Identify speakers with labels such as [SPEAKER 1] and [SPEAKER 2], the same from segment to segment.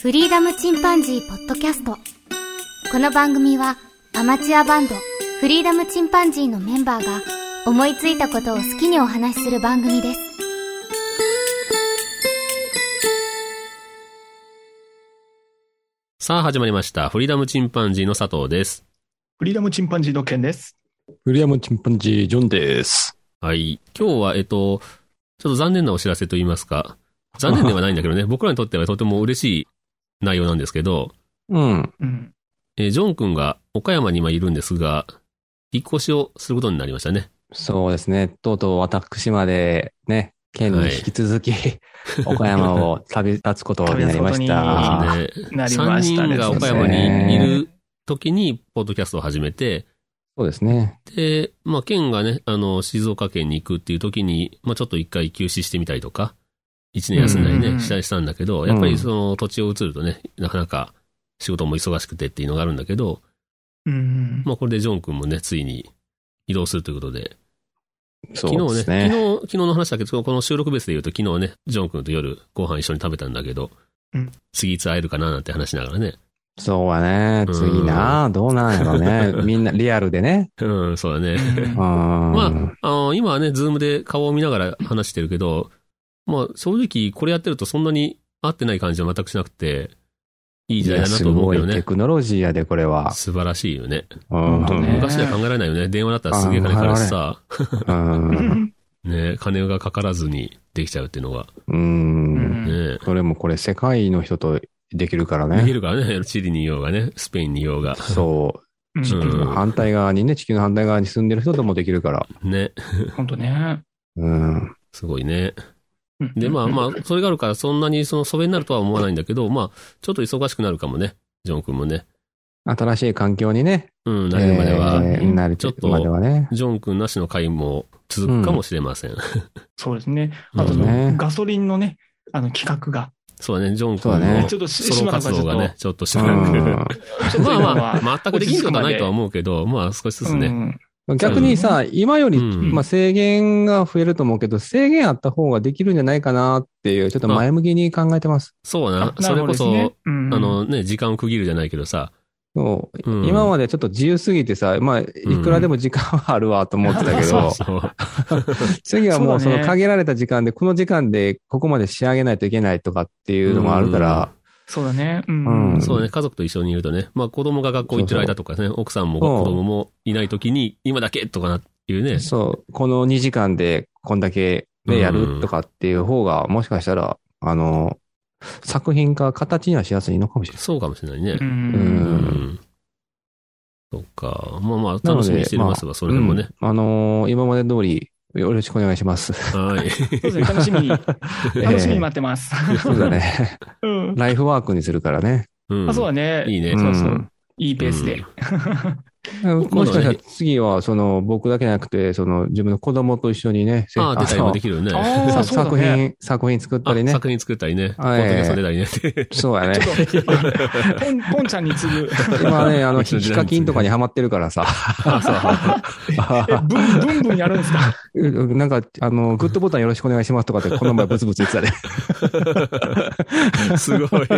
[SPEAKER 1] フリーダムチンパンジーポッドキャスト。この番組はアマチュアバンドフリーダムチンパンジーのメンバーが思いついたことを好きにお話しする番組です。
[SPEAKER 2] さあ始まりました。フリーダムチンパンジーの佐藤です。
[SPEAKER 3] フリーダムチンパンジーの件です。
[SPEAKER 4] フリアムチンパンジー、ジョンです。
[SPEAKER 2] はい。今日は、えっと、ちょっと残念なお知らせと言いますか、残念ではないんだけど ね、僕らにとってはとても嬉しい内容なんですけど、
[SPEAKER 4] うん。
[SPEAKER 3] うん。
[SPEAKER 2] えージョン君が岡山に今いるんですが、引っ越しをすることになりましたね。
[SPEAKER 4] そうですね。とうとう私までね、県に引き続き、 岡山を旅立つことになりまし
[SPEAKER 3] あ
[SPEAKER 4] た。
[SPEAKER 2] ね
[SPEAKER 3] なり
[SPEAKER 2] 3
[SPEAKER 3] ましたね。
[SPEAKER 2] 人が岡山にいる時に、ポッドキャストを始めて、
[SPEAKER 4] そうですね。
[SPEAKER 2] で、まあ、県がね、あの、静岡県に行くっていう時に、まあ、ちょっと一回休止してみたりとか、一年休んだり
[SPEAKER 3] うんうんう
[SPEAKER 2] ね、
[SPEAKER 3] ん
[SPEAKER 2] したりしたんだけど、
[SPEAKER 4] ん
[SPEAKER 2] やっぱりその土地を移るとね、なかなか仕事も忙しくてっていうのがあるんだけど、
[SPEAKER 3] うん。
[SPEAKER 2] まあ、これでジョン君もね、ついに移動するということで、
[SPEAKER 4] そ
[SPEAKER 2] 昨
[SPEAKER 4] うで
[SPEAKER 2] 日
[SPEAKER 4] す
[SPEAKER 2] ね、
[SPEAKER 4] ね。
[SPEAKER 2] 昨日、昨日の話だけど、この収録別で言うと昨日ね、ジョン君と夜ご飯一緒に食べたんだけど、
[SPEAKER 3] うん
[SPEAKER 2] 次いつ会えるかななんて話しながらね。
[SPEAKER 4] そうはね。次な、どうなんやろう ね。みんなリアルでね。
[SPEAKER 2] うん、そうだね。
[SPEAKER 4] うん。ま
[SPEAKER 2] あの、今はね、ズームで顔を見ながら話してるけど、まあ、正直、これやってるとそんなに合ってない感じは全くしなくて、いい時代だな
[SPEAKER 4] す
[SPEAKER 2] と思う
[SPEAKER 4] ご
[SPEAKER 2] けど
[SPEAKER 4] いテ
[SPEAKER 2] ね。
[SPEAKER 4] クノロジーやで、これは。
[SPEAKER 2] 素晴らしいよね。
[SPEAKER 4] うんとね。
[SPEAKER 2] 昔では考えられないよね。電話だったらすげえ金かかるしさ、
[SPEAKER 4] うん。
[SPEAKER 2] ね、金がかからずにできちゃうっていうのが、
[SPEAKER 4] う。
[SPEAKER 3] うんん
[SPEAKER 2] ね、
[SPEAKER 4] それもこれ、世界の人とできるから
[SPEAKER 2] でき
[SPEAKER 4] ね。
[SPEAKER 2] るからね、チリにいようがね、スペインにいようが、
[SPEAKER 4] そう。
[SPEAKER 3] うん
[SPEAKER 4] 地球
[SPEAKER 2] う
[SPEAKER 4] の
[SPEAKER 2] ん
[SPEAKER 4] 反対側にね、地球の反対側に住んでる人でもできるから。
[SPEAKER 2] ね、
[SPEAKER 3] 本当ね。
[SPEAKER 4] うん。
[SPEAKER 2] すごいね。
[SPEAKER 3] うん
[SPEAKER 2] で、まあ
[SPEAKER 3] あ。
[SPEAKER 2] まあ、それがあるから、そんなにその疎遠になるとは思わないんだけど、まあ、ちょっと忙しくなるかもね、ジョン君もね。
[SPEAKER 4] 新しい環境にね、
[SPEAKER 2] うん、なるまでは。
[SPEAKER 4] えー慣れていくまではね。
[SPEAKER 2] ジョン君なしの会も続くかもしれません。
[SPEAKER 3] そうですね。あと
[SPEAKER 2] うん
[SPEAKER 4] ね、
[SPEAKER 3] ガソリンのね、あの企画が。
[SPEAKER 2] そうだね、ジョン
[SPEAKER 4] そうだね
[SPEAKER 2] 君
[SPEAKER 3] ちょっと
[SPEAKER 2] の
[SPEAKER 3] し
[SPEAKER 2] ソロ活動がね、ちょっとしなくなる。
[SPEAKER 3] ちょっと
[SPEAKER 2] ま
[SPEAKER 3] 今
[SPEAKER 2] あ
[SPEAKER 3] は
[SPEAKER 2] まあ、全くできんことはないとは思うけど、まあ少しずつ
[SPEAKER 3] う
[SPEAKER 2] ね。
[SPEAKER 3] ん
[SPEAKER 4] うん逆にさ、今より、
[SPEAKER 2] うん
[SPEAKER 4] まあ、制限が増えると思うけど、制限あった方ができるんじゃないかなっていう、ちょっと前向きに考えてます。
[SPEAKER 2] そう
[SPEAKER 3] あ
[SPEAKER 2] な、
[SPEAKER 3] な
[SPEAKER 2] そ
[SPEAKER 3] る
[SPEAKER 2] れ
[SPEAKER 3] ほ
[SPEAKER 2] こ
[SPEAKER 3] どです
[SPEAKER 2] そ、
[SPEAKER 3] ねうん
[SPEAKER 2] あのね、時間を区切るじゃないけどさ、
[SPEAKER 4] そう
[SPEAKER 2] うん
[SPEAKER 4] 今までちょっと自由すぎてさ、まあ、いくらでも時間はあるわと思ってたけ
[SPEAKER 2] そう
[SPEAKER 4] ど、
[SPEAKER 2] そう。
[SPEAKER 4] 次はもう
[SPEAKER 3] そ
[SPEAKER 4] そう
[SPEAKER 3] だね
[SPEAKER 4] の限られた時間で、この時間でここまで仕上げないといけないとかっていうのもあるから、
[SPEAKER 3] そうだね。う
[SPEAKER 4] うんん。
[SPEAKER 2] そうね、家族と一緒にいるとね、まあ子供が学校行ってる間とかね、奥さんも子供もいないときに、今だけとかなっていうね、
[SPEAKER 4] そう、この2時間でこんだけ
[SPEAKER 2] うん
[SPEAKER 4] ね、やるとかっていう方が、もしかしたら、あの、作品化、形にはしやすいのかもしれない。
[SPEAKER 2] そうかもしれないね
[SPEAKER 3] う。。
[SPEAKER 2] うんん。そっか。まあまあ、楽しみにしてますわ、それでもね。
[SPEAKER 4] うんあのー今まで通り、よろしくお願い します。
[SPEAKER 2] はい。
[SPEAKER 3] そうですね。楽しみに、楽しみに
[SPEAKER 4] え
[SPEAKER 3] 待ってます。
[SPEAKER 4] えそうだね。
[SPEAKER 3] うん。
[SPEAKER 4] ライフワークにするからね。。
[SPEAKER 2] うん
[SPEAKER 3] あ、そうだね。
[SPEAKER 2] いいね
[SPEAKER 3] そうそううんいいペースで。
[SPEAKER 4] もしかしたら次は、その、僕だけじゃなくて、その、自分の子供と一緒にね、
[SPEAKER 2] ああ、出たりも
[SPEAKER 4] の
[SPEAKER 2] できるよね。
[SPEAKER 3] あー
[SPEAKER 4] さ
[SPEAKER 3] そうだ
[SPEAKER 4] 作
[SPEAKER 3] ね
[SPEAKER 4] 品、作品作った
[SPEAKER 2] あ
[SPEAKER 4] りね。
[SPEAKER 2] 作品作ったりね。ポ
[SPEAKER 4] はい
[SPEAKER 2] ッドキャスト出たりねって。
[SPEAKER 4] そうやね。
[SPEAKER 3] ちょっと、ポン、ポンちゃんに次ぐ。
[SPEAKER 4] 今ね、あの、
[SPEAKER 2] う ちの時代ですね
[SPEAKER 4] ヒカキンとかにハマってるからさ。
[SPEAKER 3] え、ブン、ブンブンやるんですか
[SPEAKER 4] うなんか、あの、グッドボタンよろしくお願いしますとかって、この前ブツブツ言ってたね。
[SPEAKER 2] すごい。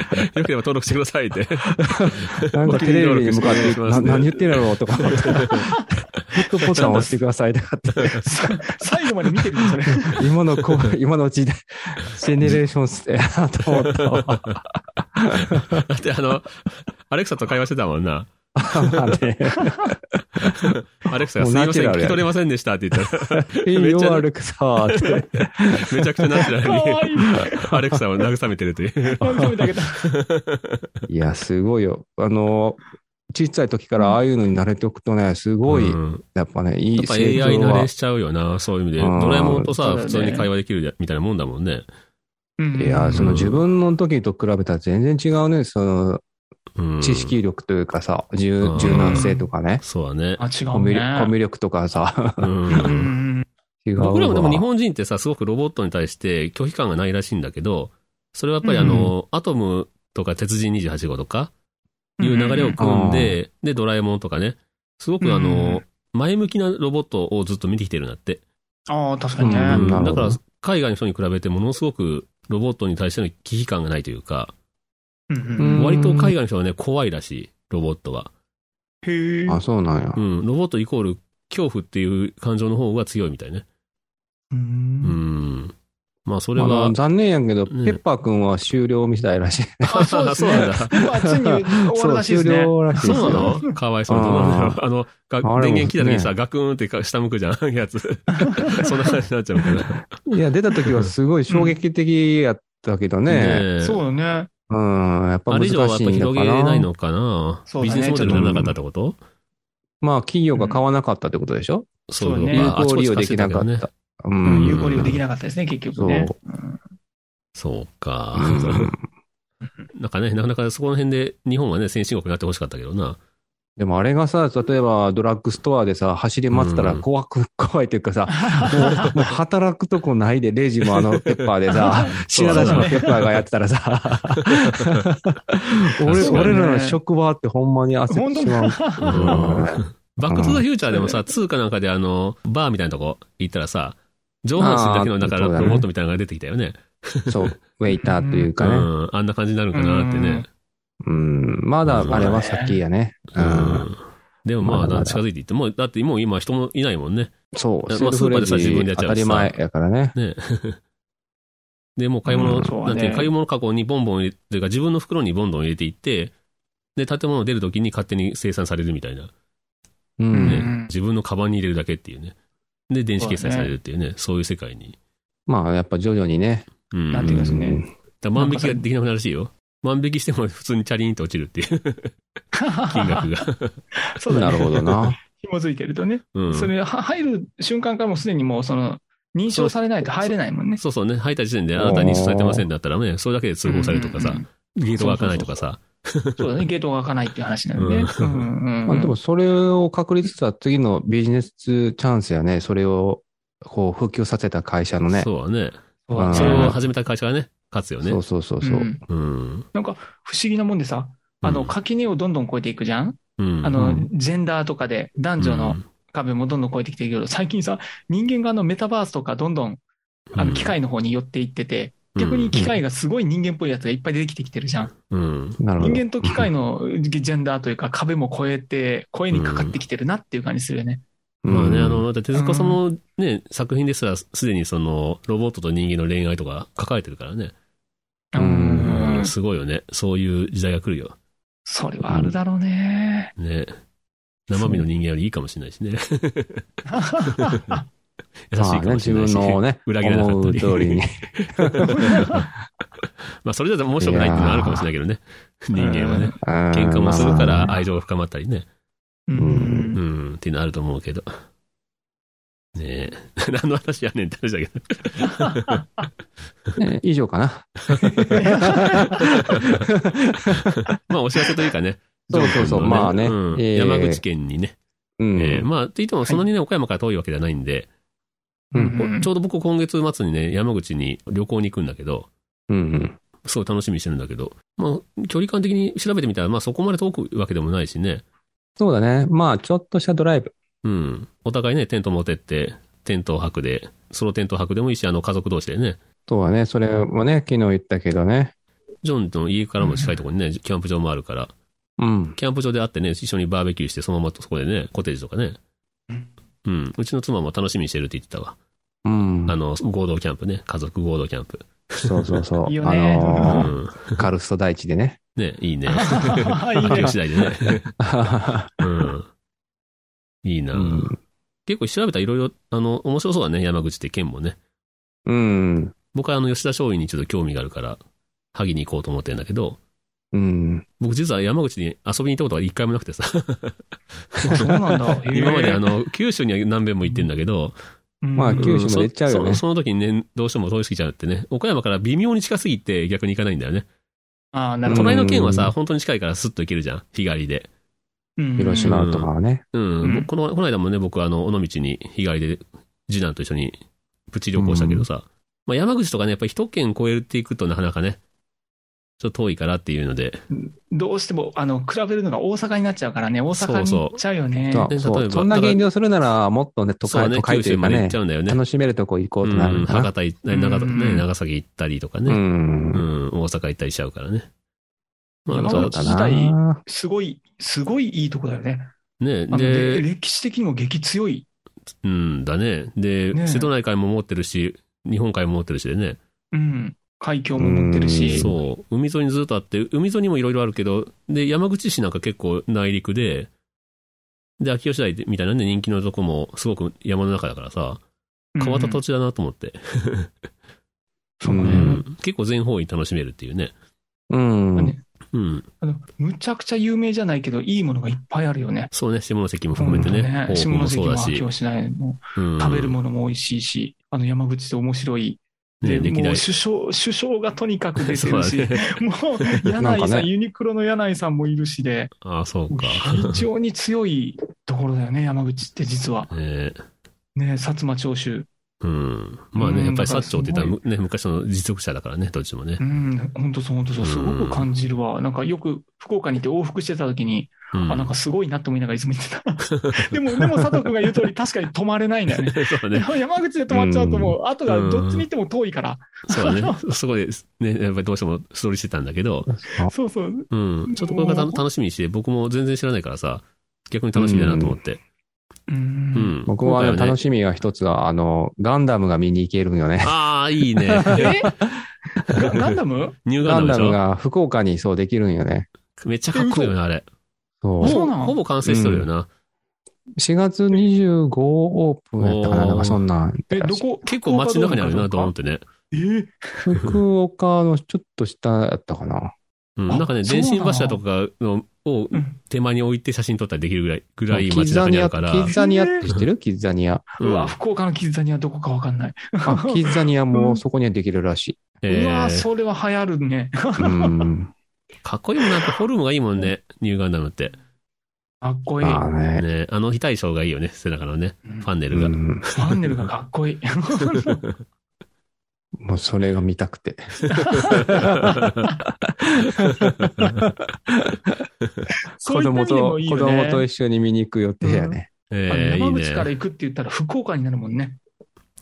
[SPEAKER 2] よければ登録してくださいって。
[SPEAKER 4] なんかテレビに向かっ
[SPEAKER 2] ご記入
[SPEAKER 4] て、
[SPEAKER 2] 登録してお願いします
[SPEAKER 4] な何言ってるやろうとか思って。グッドボタンを押してくださいとかって。
[SPEAKER 3] さ最後まで見てる のそれ。
[SPEAKER 4] 今の子、今の時代、ジェネレーションスって、あと思ったわ。
[SPEAKER 2] だってあの、アレクサと会話してたもんな。
[SPEAKER 4] まあね
[SPEAKER 2] アレクサがすいません、
[SPEAKER 4] もうナチュラルや
[SPEAKER 2] 聞き取れませんでしたって言った ら、
[SPEAKER 4] いいよ、アレクサーって。
[SPEAKER 2] めちゃくちゃナチュラ
[SPEAKER 3] かわ
[SPEAKER 2] ル
[SPEAKER 3] い
[SPEAKER 2] に、
[SPEAKER 3] い。
[SPEAKER 2] アレクサを慰めてるという。
[SPEAKER 3] 慰めてあげた。
[SPEAKER 4] いや、すごいよ。あの、小さい時からああいうのに慣れておくとね、すごい、
[SPEAKER 2] うん
[SPEAKER 4] やっぱね、い
[SPEAKER 2] や
[SPEAKER 4] い
[SPEAKER 2] っぱ
[SPEAKER 4] 成
[SPEAKER 2] AI
[SPEAKER 4] 長
[SPEAKER 2] 慣
[SPEAKER 4] は
[SPEAKER 2] れし。ちゃうよな、そういう意味で。
[SPEAKER 4] うん
[SPEAKER 2] ドラえもんと
[SPEAKER 3] そう
[SPEAKER 2] さ、
[SPEAKER 3] だね
[SPEAKER 2] 普通に会話できるみたいなもんだもんね。
[SPEAKER 3] うん
[SPEAKER 4] いや、その自分の時と比べたら全然違うね、その
[SPEAKER 2] うん
[SPEAKER 4] 知。識力というかさ、柔
[SPEAKER 2] うん
[SPEAKER 4] 柔軟性とかね、
[SPEAKER 2] そうだね。
[SPEAKER 3] あ、違
[SPEAKER 4] コ
[SPEAKER 3] う
[SPEAKER 4] ミ
[SPEAKER 3] ね。
[SPEAKER 4] ュコミュ力とかさ、
[SPEAKER 2] う。
[SPEAKER 3] うんん。
[SPEAKER 4] 違うわ。
[SPEAKER 2] 僕らもでも日本人ってさ、すごくロボットに対して拒否感がないらしいんだけど、それはやっぱりあの、アトムとか鉄人28号とか、いう流れを組んで、で、ドラえもんとかね、すごくあの、前向きなロボットをずっと見てきてるんだって。
[SPEAKER 3] ああ、確かに
[SPEAKER 4] う
[SPEAKER 2] うんん
[SPEAKER 3] ね。
[SPEAKER 4] なる
[SPEAKER 2] だか
[SPEAKER 4] ほど
[SPEAKER 2] ら、海外の人に比べてものすごくロボットに対しての危機感がないというか、
[SPEAKER 3] うん
[SPEAKER 4] うん
[SPEAKER 2] 割と海外の人はね、怖いらしい、ロボットは。
[SPEAKER 3] へえ。
[SPEAKER 4] あ、そうなんや
[SPEAKER 2] う。ん、ロボットイコール恐怖っていう感情の方が強いみたいね。
[SPEAKER 3] う。
[SPEAKER 2] うんん。まあ、それ
[SPEAKER 4] あ
[SPEAKER 2] は
[SPEAKER 4] の、残念やけど、ペ
[SPEAKER 2] うん
[SPEAKER 4] ッパーくんは終了みたいらしい。
[SPEAKER 3] あ、そうですね。
[SPEAKER 2] そうなんだ
[SPEAKER 3] 今、ついに終わるらしいですね。
[SPEAKER 4] 終了らしい
[SPEAKER 2] そ
[SPEAKER 4] で
[SPEAKER 2] う
[SPEAKER 4] すよ
[SPEAKER 2] なのかわいそうに。 あ
[SPEAKER 4] あ
[SPEAKER 2] の、が
[SPEAKER 4] あれ
[SPEAKER 2] 電源
[SPEAKER 4] も
[SPEAKER 2] 切った時にさ、
[SPEAKER 4] ね
[SPEAKER 2] ガクーンってか下向くじゃん、や つ。そんな感じになっちゃ うから。
[SPEAKER 4] いや、出た時はすごい衝撃的やったけどね。
[SPEAKER 2] え
[SPEAKER 3] そうだね。
[SPEAKER 4] うん、やっぱ
[SPEAKER 2] あれ
[SPEAKER 4] 難
[SPEAKER 2] 以上はやっぱ
[SPEAKER 4] しいんだ
[SPEAKER 2] 広
[SPEAKER 4] か
[SPEAKER 2] げれない
[SPEAKER 4] ら。
[SPEAKER 2] のかな
[SPEAKER 3] そうだね
[SPEAKER 2] ビジネスモデルにならなかったってこと
[SPEAKER 4] まあ、企業が買わなかったってことでしょ
[SPEAKER 2] そういう
[SPEAKER 3] そ
[SPEAKER 2] の
[SPEAKER 3] うね
[SPEAKER 4] 有
[SPEAKER 2] があち
[SPEAKER 4] 効
[SPEAKER 2] こ
[SPEAKER 4] 利
[SPEAKER 2] ち
[SPEAKER 4] 用
[SPEAKER 2] 貸
[SPEAKER 4] で
[SPEAKER 2] して
[SPEAKER 4] き
[SPEAKER 2] た
[SPEAKER 4] な
[SPEAKER 2] けど
[SPEAKER 4] かっ
[SPEAKER 2] ね。
[SPEAKER 4] た。う
[SPEAKER 2] うん
[SPEAKER 4] ん。
[SPEAKER 3] 有効利用できなかったですね、結局ね。
[SPEAKER 4] そ
[SPEAKER 3] うん
[SPEAKER 2] そうか
[SPEAKER 4] う。ん
[SPEAKER 2] なんかね、なかなかそこの辺で日本はね、先進国になってほしかったけどな。
[SPEAKER 4] でもあれがさ、例えばドラッグストアでさ、走り回ってたら
[SPEAKER 2] うん
[SPEAKER 4] 怖く、 怖いってい うかさ、もうもう働くとこないで、レジもあのペッパー でさ、品出しのペッパーがやってたらさ、俺
[SPEAKER 2] そうだね
[SPEAKER 4] 俺らの職場ってほんまに焦ってしまう。
[SPEAKER 2] うん
[SPEAKER 4] うん
[SPEAKER 2] バックトゥザフューチャーでもさ、通貨なんかであの、バーみたいなとこ行ったらさ、上半身だけの中か
[SPEAKER 4] あー
[SPEAKER 2] ロボットみたいなのが出てきたよね。
[SPEAKER 4] そう、ウェイターという
[SPEAKER 2] う
[SPEAKER 4] かね。
[SPEAKER 2] ん。あんな感じになるんかなってね。
[SPEAKER 4] うん、まだあれは先やね。う、
[SPEAKER 2] うんん。でもまあ、
[SPEAKER 4] まだまだ
[SPEAKER 2] 近づいていって、もう、だってもう今人もいないもんね。
[SPEAKER 4] そう、
[SPEAKER 2] まあスーパーでさ自分でやっちゃ
[SPEAKER 4] 当
[SPEAKER 2] う
[SPEAKER 4] た
[SPEAKER 2] し
[SPEAKER 4] り
[SPEAKER 2] さ
[SPEAKER 4] 前やからね。
[SPEAKER 2] ね。 で、もう買い物、
[SPEAKER 4] うん
[SPEAKER 3] そう
[SPEAKER 2] な
[SPEAKER 3] だね
[SPEAKER 2] んていう、買い物加工にボンボン入れ、というか自分の袋にボンボン入れていって、で、建物を出るときに勝手に生産されるみたいな。
[SPEAKER 4] う
[SPEAKER 2] ね、
[SPEAKER 4] ん。
[SPEAKER 3] うん
[SPEAKER 2] 自分のカバンに入れるだけっていうね。で、電子決済されるっていうね、そういう世界に。
[SPEAKER 4] まあ、やっぱ徐々にね。
[SPEAKER 2] うん。
[SPEAKER 3] な
[SPEAKER 2] だか
[SPEAKER 3] んていうかです
[SPEAKER 4] う
[SPEAKER 3] ね
[SPEAKER 4] ん
[SPEAKER 2] ら万引きができなくなるらしいよ。万引きしても普通にチャリンと落ちるって いう金額が。
[SPEAKER 3] そうだね
[SPEAKER 4] なるほどな。
[SPEAKER 3] 紐づいてるとね。
[SPEAKER 2] うん。
[SPEAKER 3] それ、は入る瞬間からもうすでにもうその、認証されないと入れないもんね。
[SPEAKER 2] そうそうね、入った時点であなたに出されてませんだったらね、それだけで通報されるとかさ
[SPEAKER 3] うんうん、
[SPEAKER 2] ゲートが開かないとかさ。
[SPEAKER 3] うん。そうだね、ゲートが開かないっていう話なんでね。
[SPEAKER 2] う
[SPEAKER 3] うんんうん
[SPEAKER 4] まあ、でもそれを確立した次のビジネスチャンスやね。それを、こう、普及させた会社のね。
[SPEAKER 2] そうはね。
[SPEAKER 3] そうだね
[SPEAKER 2] それを始めた会社がね、勝つよね
[SPEAKER 4] そう。そうそうそう。
[SPEAKER 3] うん
[SPEAKER 2] うん。
[SPEAKER 3] なんか不思議なもんでさ、あの、垣根をどんどん越えていくじゃん、
[SPEAKER 2] うん、
[SPEAKER 3] あ
[SPEAKER 4] う
[SPEAKER 3] の
[SPEAKER 4] ん、
[SPEAKER 3] ジェンダーとかで男女の壁もどんどん越えてきてるけど、最近さ、人間があのメタバースとかどんどんあの機械の方に寄っていってて、逆に機械がすごい人間っぽいやつがいっぱい出てきてきてるじゃん。
[SPEAKER 2] うん、うん
[SPEAKER 4] なるほ
[SPEAKER 3] 人
[SPEAKER 4] ど。
[SPEAKER 3] 間と機械のジェンダーというか壁も越えて、声にかかってきてるなっていう感じするよね。
[SPEAKER 2] まあね、
[SPEAKER 4] うん
[SPEAKER 2] あの、だって手塚さんのね、作品ですら、すでにその、ロボットと人間の恋愛とか書かれてるからね。
[SPEAKER 4] うん
[SPEAKER 3] うん
[SPEAKER 2] うんすごいよね。そういう時代が来るよ。
[SPEAKER 3] それはあるだろ うね。
[SPEAKER 2] ね。生身の人間よりいいかもしれないしね。優しいか
[SPEAKER 4] まあね、
[SPEAKER 2] もしれない
[SPEAKER 4] 自分
[SPEAKER 2] し。
[SPEAKER 4] のね、
[SPEAKER 2] 裏切らなか
[SPEAKER 4] 思
[SPEAKER 2] った
[SPEAKER 4] う
[SPEAKER 2] り
[SPEAKER 4] 通りに。
[SPEAKER 2] まあ、それじゃ面白くないっていうのはあるかもしれないけどね。人間はね。喧
[SPEAKER 4] 喧
[SPEAKER 2] 嘩もするか
[SPEAKER 4] まあ
[SPEAKER 2] ら
[SPEAKER 4] まあ
[SPEAKER 2] 愛情が深まったりね。
[SPEAKER 3] う。
[SPEAKER 2] うん ん、っていうのあると思うけど。ねえ。 何の話やねんって話だけど。
[SPEAKER 4] ね以上かな。
[SPEAKER 2] まあ、お知らせというかね。
[SPEAKER 4] そうそうそう
[SPEAKER 2] ジョー君の
[SPEAKER 4] まあね
[SPEAKER 2] うん
[SPEAKER 4] えー
[SPEAKER 2] 山口県にね。
[SPEAKER 4] う
[SPEAKER 2] えー
[SPEAKER 4] ん。
[SPEAKER 2] まあ、って言っても、そんなにね、岡山から遠いわけじゃないんで、
[SPEAKER 4] うん
[SPEAKER 2] ちょうど僕、今月末にね、山口に旅行に行くんだけど、
[SPEAKER 4] うん。
[SPEAKER 2] すごい楽しみにしてるんだけど、まあ、距離感的に調べてみたら、まあ、そこまで遠くわけでもないしね。
[SPEAKER 4] そうだね。まあ、ちょっとしたドライブ。
[SPEAKER 2] うん。お互いね、テント持ってって、テント泊で、ソロテント泊でもいいし、あの、家族同士でね、
[SPEAKER 4] そうだね。それもね、昨日言ったけどね。
[SPEAKER 2] ジョンの家からも近いところにね、キャンプ場もあるから、
[SPEAKER 4] うん。
[SPEAKER 2] キャンプ場で会ってね、一緒にバーベキューして、そのままそこでね、コテージとかね。うん。うちの妻も楽しみにしてるって言ってたわ。
[SPEAKER 4] うん
[SPEAKER 2] あ。の、合同キャンプね。家族合同キャンプ。
[SPEAKER 4] そうそうそう。
[SPEAKER 3] いいよ
[SPEAKER 4] あ
[SPEAKER 3] ね
[SPEAKER 2] う
[SPEAKER 4] のー
[SPEAKER 2] ん。
[SPEAKER 4] カルスト大地でね。
[SPEAKER 2] ね、いい ね。
[SPEAKER 3] いいね
[SPEAKER 2] 環境次第でね。うん。いいな、
[SPEAKER 4] うん
[SPEAKER 2] 結構調べたらいろいろ、あの、面白そうだね、山口って県もね。
[SPEAKER 4] うん。
[SPEAKER 2] 僕はあの、吉田松陰にちょっと興味があるから、萩に行こうと思ってるんだけど、
[SPEAKER 4] うん。
[SPEAKER 2] 僕実は山口に遊びに行ったことが一回もなくてさ、
[SPEAKER 3] そうなんだ。
[SPEAKER 2] 今まであ
[SPEAKER 3] の、
[SPEAKER 2] の、九州には何遍も行ってんだけど、
[SPEAKER 4] まあ
[SPEAKER 3] うん
[SPEAKER 4] 九州まで行っちゃうよね
[SPEAKER 2] んそその時にね、どうしても通り過ぎちゃうってね、岡山から微妙に近すぎて逆に行かないんだよね。
[SPEAKER 3] ああ、なるほど。
[SPEAKER 2] 隣の県はさ、
[SPEAKER 4] うん
[SPEAKER 2] 本当に近いからスッと行けるじゃん、日帰りで。
[SPEAKER 3] うん
[SPEAKER 4] 広島とかはね。
[SPEAKER 2] うん、
[SPEAKER 3] うん
[SPEAKER 2] 僕この、この間もね、僕、あの、尾道に日帰りで、次男と一緒にプチ旅行したけどさ、まあ山口とかね、やっぱり一県越えていくとなかなかね、ちょっと遠いからっていうので、
[SPEAKER 3] どうしても、あの、比べるのが大阪になっちゃうからね、大阪に行っちゃうよね。
[SPEAKER 4] そ
[SPEAKER 2] で例
[SPEAKER 4] うそ
[SPEAKER 2] えば
[SPEAKER 4] う。そんな減量するなら、もっとね、都
[SPEAKER 2] そう
[SPEAKER 4] 会、
[SPEAKER 2] ね
[SPEAKER 4] 都、会
[SPEAKER 2] 九
[SPEAKER 4] とい
[SPEAKER 2] 州
[SPEAKER 4] う
[SPEAKER 2] ま
[SPEAKER 4] か
[SPEAKER 2] で行っ
[SPEAKER 4] ね
[SPEAKER 2] ちゃ、うんだよね。
[SPEAKER 4] 楽しめるとこ行こうとな
[SPEAKER 2] うん
[SPEAKER 4] るか
[SPEAKER 2] 博
[SPEAKER 4] な。
[SPEAKER 2] 多行ったり長,、
[SPEAKER 3] うん
[SPEAKER 2] ね、長崎行ったりとか
[SPEAKER 4] う
[SPEAKER 2] ね、
[SPEAKER 4] ん
[SPEAKER 2] うん大阪行ったりしちゃうからね。まあ、
[SPEAKER 3] 山
[SPEAKER 2] だ
[SPEAKER 3] 本
[SPEAKER 2] から
[SPEAKER 3] 時代すごい、すごいいいとこだよね。
[SPEAKER 2] ね、
[SPEAKER 3] あので
[SPEAKER 2] で、
[SPEAKER 3] 歴史的にも激強い。
[SPEAKER 2] うんだね。で、
[SPEAKER 3] ねえ
[SPEAKER 2] 瀬戸内海も持ってるし、日本海も持ってるしでね。
[SPEAKER 3] うん。海峡も持ってる
[SPEAKER 4] え
[SPEAKER 3] し。
[SPEAKER 2] そう。海沿いにずっとあって、海沿いにもいろいろあるけど、で、山口市なんか結構内陸で、で、秋吉台みたいなんで人気のとこも、すごく山の中だからさ、変わった土地だなと思って。
[SPEAKER 4] そうね
[SPEAKER 2] う
[SPEAKER 4] うんん
[SPEAKER 2] 結構全方位楽しめるっていうね。
[SPEAKER 4] うん。
[SPEAKER 3] うん
[SPEAKER 2] うん。
[SPEAKER 3] あのむちゃくちゃ有名じゃないけど、いいものがいっぱいあるよね。
[SPEAKER 2] そうね、下関も含めてね。
[SPEAKER 3] 本当
[SPEAKER 2] 豊
[SPEAKER 3] 下
[SPEAKER 2] 富も
[SPEAKER 3] 関
[SPEAKER 2] そう
[SPEAKER 3] も
[SPEAKER 2] だ
[SPEAKER 3] 秋
[SPEAKER 2] し。
[SPEAKER 3] 吉台も
[SPEAKER 2] うん
[SPEAKER 3] 食べるものも美味しいし、あの山口で面白い。
[SPEAKER 2] ね、
[SPEAKER 3] で、
[SPEAKER 2] 歴
[SPEAKER 3] もう
[SPEAKER 2] 代
[SPEAKER 3] 首相、首相がとにかく出 て
[SPEAKER 2] そう
[SPEAKER 3] る
[SPEAKER 2] だ
[SPEAKER 3] し、
[SPEAKER 2] ね。
[SPEAKER 3] もう
[SPEAKER 4] なん
[SPEAKER 3] 柳井
[SPEAKER 4] か
[SPEAKER 3] さん
[SPEAKER 4] ね
[SPEAKER 3] ユニクロの柳井さんもいるしで、
[SPEAKER 2] ああ、そう か。
[SPEAKER 3] 非常に強いところだよね、山口って実は。
[SPEAKER 2] ね
[SPEAKER 3] ね、薩摩長州。
[SPEAKER 2] うん。まあ
[SPEAKER 3] う
[SPEAKER 2] ね、
[SPEAKER 3] ん
[SPEAKER 2] やっぱり薩長って言った
[SPEAKER 3] だ
[SPEAKER 2] ら、ね、昔の実力者だからね、どっちもね
[SPEAKER 3] う。ん、本当そう、本当そう、すごく感じるわ。なんかよく福岡に行って往復してた時に、
[SPEAKER 2] うん
[SPEAKER 3] あ、なんかすごいなって思いながらいつも言ってた。で も、でも佐藤君が言う通り、確かに止まれないんだ よね。
[SPEAKER 2] そうだ
[SPEAKER 3] で
[SPEAKER 2] ね。
[SPEAKER 3] も山口で止まっちゃうともう、後がどっちに行っても遠いから。
[SPEAKER 2] そうだ ね。そこで、ね、やっぱりどうしてもストーリーしてたんだけど、
[SPEAKER 3] そうそう。
[SPEAKER 2] うん。ちょっとこれから楽しみにして、僕も全然知らないからさ、逆に楽しみだなと思って。
[SPEAKER 3] う。
[SPEAKER 2] うんん。
[SPEAKER 4] 僕はね、楽
[SPEAKER 2] し
[SPEAKER 4] しみが一つは、あの、ガンダムが見に行けるんよね。
[SPEAKER 2] ああ、いいね。
[SPEAKER 3] えガガンダム
[SPEAKER 2] ニューガ
[SPEAKER 4] ガ
[SPEAKER 2] ン
[SPEAKER 4] ン
[SPEAKER 2] ダ
[SPEAKER 4] ダム
[SPEAKER 2] ムで
[SPEAKER 4] が福岡にそうできるんよね。
[SPEAKER 2] しょめっちゃかっこいいよね、あれ。
[SPEAKER 4] そ
[SPEAKER 3] あ
[SPEAKER 4] う。
[SPEAKER 3] そうなの
[SPEAKER 2] ほぼ完成しとるよな。
[SPEAKER 4] 4月25オープンやったか
[SPEAKER 2] お
[SPEAKER 4] な
[SPEAKER 2] ー
[SPEAKER 4] なんかそんなん。
[SPEAKER 3] え、どこ
[SPEAKER 2] 結構街の中にあるな、ドーンっ
[SPEAKER 3] ン
[SPEAKER 2] てね。
[SPEAKER 3] えー
[SPEAKER 4] 福岡のちょっと下やったかな。
[SPEAKER 2] うん。
[SPEAKER 3] あ
[SPEAKER 2] なんかね、
[SPEAKER 3] そう
[SPEAKER 2] 電
[SPEAKER 3] なの
[SPEAKER 2] 信柱とかのを
[SPEAKER 3] うん
[SPEAKER 2] 手前に置いて写真撮ったりできるぐらい、ぐらい
[SPEAKER 4] キッ
[SPEAKER 2] 街
[SPEAKER 4] ザ
[SPEAKER 2] 中に
[SPEAKER 4] ニ
[SPEAKER 2] あ
[SPEAKER 4] ア、
[SPEAKER 2] るか
[SPEAKER 4] キ
[SPEAKER 2] ら。
[SPEAKER 4] ッザニアって知ってるキッザニア。
[SPEAKER 2] うん
[SPEAKER 3] うわ、福岡のキッザニアどこかわかんない。
[SPEAKER 4] あ、キッザニアもそこにはできる らしい。
[SPEAKER 2] え
[SPEAKER 3] うわ、
[SPEAKER 2] ー
[SPEAKER 3] それは流行るね。か
[SPEAKER 4] うん。
[SPEAKER 2] かっこいいもんなんかフォルムがいいもんね、ニューガンダムって。
[SPEAKER 3] っこいい。
[SPEAKER 4] まあね。
[SPEAKER 2] ね、あの非対称がいいよね、背中のね、
[SPEAKER 3] うん
[SPEAKER 2] ファンネ
[SPEAKER 4] う
[SPEAKER 2] ルが。
[SPEAKER 4] ん。
[SPEAKER 3] ファンネルがかっこいい。
[SPEAKER 4] もうそれが見たくて。
[SPEAKER 3] そ
[SPEAKER 4] 子
[SPEAKER 3] ういった意
[SPEAKER 4] 供
[SPEAKER 3] 味で
[SPEAKER 4] と、
[SPEAKER 3] もいい
[SPEAKER 4] 子
[SPEAKER 3] よ
[SPEAKER 4] 供と
[SPEAKER 3] ね。
[SPEAKER 4] 一緒に見に行く予定やね。
[SPEAKER 3] あの
[SPEAKER 2] えーいい
[SPEAKER 3] 山口から
[SPEAKER 2] ね。
[SPEAKER 3] 行くって言ったら福岡になるもんね。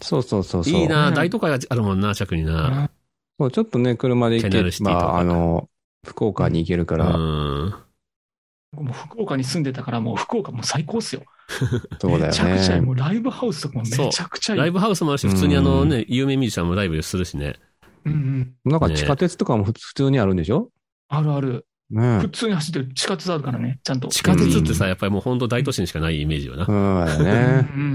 [SPEAKER 4] そうそうそうそう。
[SPEAKER 2] いいな、
[SPEAKER 3] うん
[SPEAKER 2] 大都会があるもんな、着にな。
[SPEAKER 4] そうちょっとね、車で行
[SPEAKER 2] キャナルシ
[SPEAKER 4] け
[SPEAKER 2] ティ
[SPEAKER 4] ば、
[SPEAKER 2] とか
[SPEAKER 4] あの、福岡に行けるか
[SPEAKER 2] う
[SPEAKER 4] ら、
[SPEAKER 2] ん。
[SPEAKER 3] もう福岡に住んでたから、もう福岡もう最高っすよ。
[SPEAKER 4] そうだ
[SPEAKER 3] めちゃくちゃい
[SPEAKER 4] よ
[SPEAKER 3] い。
[SPEAKER 4] ね。
[SPEAKER 3] もうライブハウスとかもめちゃくちゃいい。
[SPEAKER 2] ライブハウスもあるし、普通にあの
[SPEAKER 4] うん
[SPEAKER 2] ね、有名ミュージシャンもライブするしね。
[SPEAKER 3] うんうん。
[SPEAKER 4] なんか地下鉄とかも普普通にあるんでしょ
[SPEAKER 3] あるある。
[SPEAKER 4] ね
[SPEAKER 3] 普通に走ってる地下鉄あるからね、ちゃんと。
[SPEAKER 2] 地下鉄って
[SPEAKER 4] う
[SPEAKER 2] さ、
[SPEAKER 4] ん
[SPEAKER 2] やっぱりもう本当大都市にしかないイメージよな
[SPEAKER 4] う。ん、だよ
[SPEAKER 3] うんう。
[SPEAKER 4] ね。
[SPEAKER 2] うん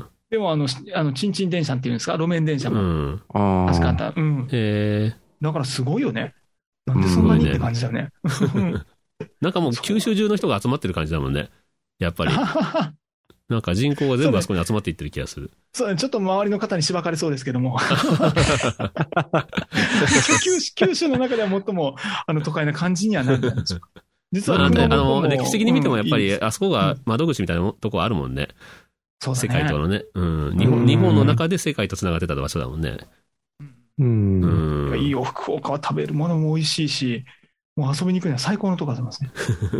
[SPEAKER 2] ん。
[SPEAKER 3] でも、あの、しあの、ちんちん電車っていうんですか、路面電車
[SPEAKER 2] う
[SPEAKER 3] も。
[SPEAKER 2] ん。
[SPEAKER 4] あ
[SPEAKER 3] 確かあっ
[SPEAKER 4] あ。
[SPEAKER 3] た。うん。
[SPEAKER 2] えー
[SPEAKER 3] だからすごいよね。なんでそんなにって感じだよね。 うん
[SPEAKER 2] なんかもう九州中の人が集まってる感じだもんね。やっぱり。なんか人口が全部あそこに集まっていってる気がする。
[SPEAKER 3] そうちょっと周りの方にしばかれそうですけ ども。九州九州の中では最もあの都会な感じにはなるんじゃないでしょうか。実
[SPEAKER 2] ま
[SPEAKER 3] は
[SPEAKER 2] あね、
[SPEAKER 3] 熊
[SPEAKER 2] あ
[SPEAKER 3] 本も、
[SPEAKER 2] の、歴史的に見てもやっぱ
[SPEAKER 3] うんいい
[SPEAKER 2] り、あそこが
[SPEAKER 3] うん
[SPEAKER 2] 窓口みたいなとこあるもんね。
[SPEAKER 3] そうだ
[SPEAKER 2] 世
[SPEAKER 3] ね
[SPEAKER 2] 界とのね。うん。日
[SPEAKER 4] う
[SPEAKER 2] 本、
[SPEAKER 4] ん
[SPEAKER 2] 日本の中で世界と繋がってた場所だもんね。う
[SPEAKER 4] う。
[SPEAKER 2] んん。
[SPEAKER 3] いいよ、福岡は食べるものも美味しいし、もう遊びに行くには最高のとこだと思いますね。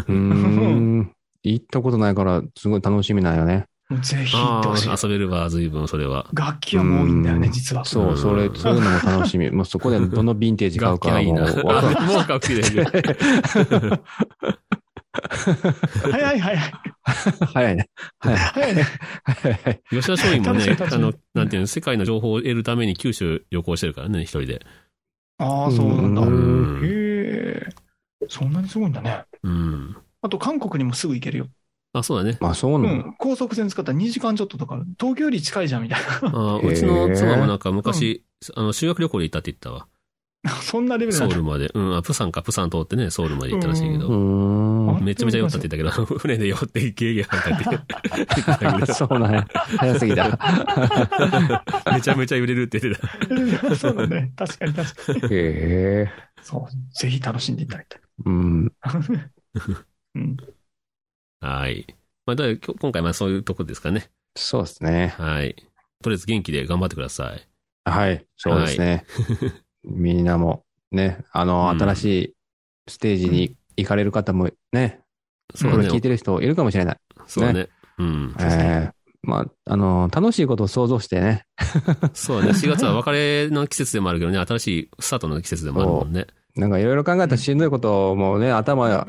[SPEAKER 4] うん。行ったことないから、すごい楽しみなんよね。
[SPEAKER 3] もうぜひ行って
[SPEAKER 2] あ
[SPEAKER 3] ほしい
[SPEAKER 2] あ、。遊べるわ、随分それは。
[SPEAKER 3] 楽器はもう多いんだよね
[SPEAKER 4] う、ん
[SPEAKER 3] 実は。
[SPEAKER 4] そう、それ、そういうのも楽しみ。もうそこでどのヴィンテージ買う
[SPEAKER 2] 楽器
[SPEAKER 4] か
[SPEAKER 2] は
[SPEAKER 4] はい
[SPEAKER 2] い
[SPEAKER 4] もう
[SPEAKER 2] な。あ
[SPEAKER 4] わかんない。
[SPEAKER 2] もう楽器で。
[SPEAKER 3] 早い早い。
[SPEAKER 4] 早いね。はい。
[SPEAKER 3] 早いね。
[SPEAKER 4] はい はい。
[SPEAKER 2] 吉田松陰もね
[SPEAKER 3] 楽しみ、楽しみ
[SPEAKER 2] あの、なんていうの、世界の情報を得るために九州旅行してるからね、一人で。
[SPEAKER 3] ああ、そうなんだ。
[SPEAKER 2] う
[SPEAKER 4] うん
[SPEAKER 3] へ
[SPEAKER 2] ん。
[SPEAKER 3] え。そんなにすごいんだね。
[SPEAKER 2] うん。
[SPEAKER 3] あと、韓国にもすぐ行けるよ。
[SPEAKER 2] あ、そうだね。
[SPEAKER 4] まあそう
[SPEAKER 3] う
[SPEAKER 4] なの。
[SPEAKER 3] ん。高速船使ったら2時間ちょっととかある、東京より近いじゃんみたい
[SPEAKER 2] あ
[SPEAKER 4] へー
[SPEAKER 2] うちの妻もなんか昔、あの、修学旅行で行ったって言ったわ。
[SPEAKER 3] な。そんなレベル
[SPEAKER 2] ソ
[SPEAKER 3] な
[SPEAKER 2] ウ
[SPEAKER 3] んだ。
[SPEAKER 2] ルまで。うん、あ、プサンか、プサン通ってね、ソウルまで行ったらしいけ
[SPEAKER 4] う
[SPEAKER 2] ど。
[SPEAKER 4] ーん。
[SPEAKER 2] めちゃめちゃ酔ったって言ったけど、船で酔ってゲーゲー吐いたって言ってたけど
[SPEAKER 4] そうなんや。早すぎた。
[SPEAKER 2] めちゃめちゃ揺れるって言ってた。
[SPEAKER 3] そうだね。確かに確かに。
[SPEAKER 4] へえ。
[SPEAKER 3] そう。ぜひ楽しんでいただきたい。
[SPEAKER 4] うん。
[SPEAKER 3] うん。
[SPEAKER 2] はい。まあ、だから今日今回まあそういうとこですかね。
[SPEAKER 4] そうですね。
[SPEAKER 2] はい。とりあえず元気で頑張ってください。
[SPEAKER 4] はい。そうですね。 みんなも、ね、あの、
[SPEAKER 2] うん
[SPEAKER 4] 新しいステージに行かれる方もね、
[SPEAKER 2] そう
[SPEAKER 4] こ
[SPEAKER 2] だ
[SPEAKER 4] れ聞い
[SPEAKER 2] ね。
[SPEAKER 4] てる人いるかもしれない。
[SPEAKER 2] そうだね。うん。
[SPEAKER 4] ええまあ、あの、楽しいことを想像してね。
[SPEAKER 2] そうだね。4月は別れの季節でもあるけどね、新しいスタートの季節でもあるもんね。
[SPEAKER 4] なんかいろいろ考えたらしんどいこともね、頭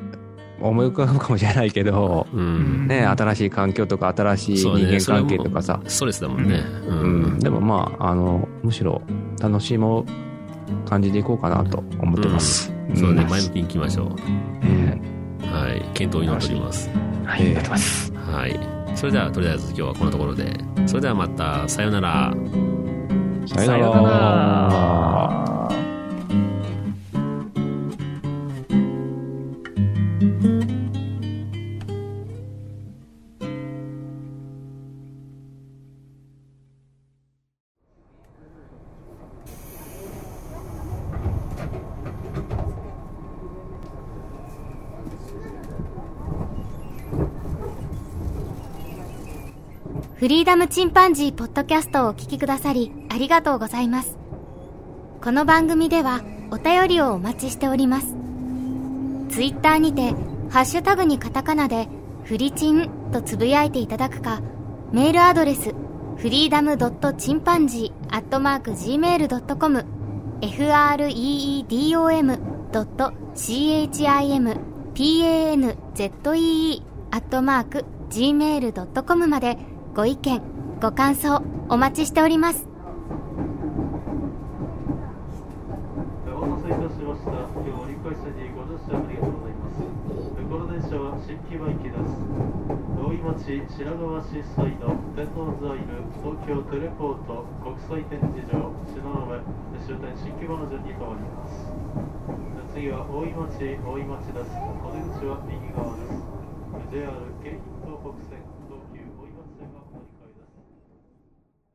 [SPEAKER 4] 思い浮かぶかもしれないけど、
[SPEAKER 2] う
[SPEAKER 3] うん
[SPEAKER 2] ん。
[SPEAKER 4] ね、新しい環境とか新しい人
[SPEAKER 2] そうね
[SPEAKER 4] 間関係とかさ、
[SPEAKER 2] ストレスだもんね。う。
[SPEAKER 4] うんん、でもまあ、あの、むしろ楽しもう感じていこうかなと思ってます。
[SPEAKER 2] そうね、
[SPEAKER 4] ん
[SPEAKER 2] 前向きに行きましょ
[SPEAKER 4] うん
[SPEAKER 2] う。はい。検討に乗っております。
[SPEAKER 3] はい、ありがとうございます。
[SPEAKER 2] はい。それでは、とりあえず今日はこのところで。それではまた、さようなら。
[SPEAKER 4] さよ
[SPEAKER 3] さよ
[SPEAKER 4] う
[SPEAKER 3] な
[SPEAKER 4] なら。
[SPEAKER 3] ら。
[SPEAKER 1] フリーダムチンパンジーポッドキャストをお聞きくださりありがとうございます。この番組ではお便りをお待ちしております。ツイッターにて、ハッシュタグにカタカナで、フリチンとつぶやいていただくか、メールアドレス、フリーダムドットチンパンジーアットマーク Gmail.com、freedom ドット chimpanzee アットマーク Gmail.com までご意見、ご感想お待ちしております。
[SPEAKER 5] お待たせいたしました。今日は折り返しにご乗車ありがとうございます。この電車は新木場行きです。大井町白川市西の天王座いる東京テレポート国際展示場篠上終点新木場の順に変わります。次は大井町大井町です。お出口は右側です。JR 京浜東北線東急大井町線がお乗り換えです。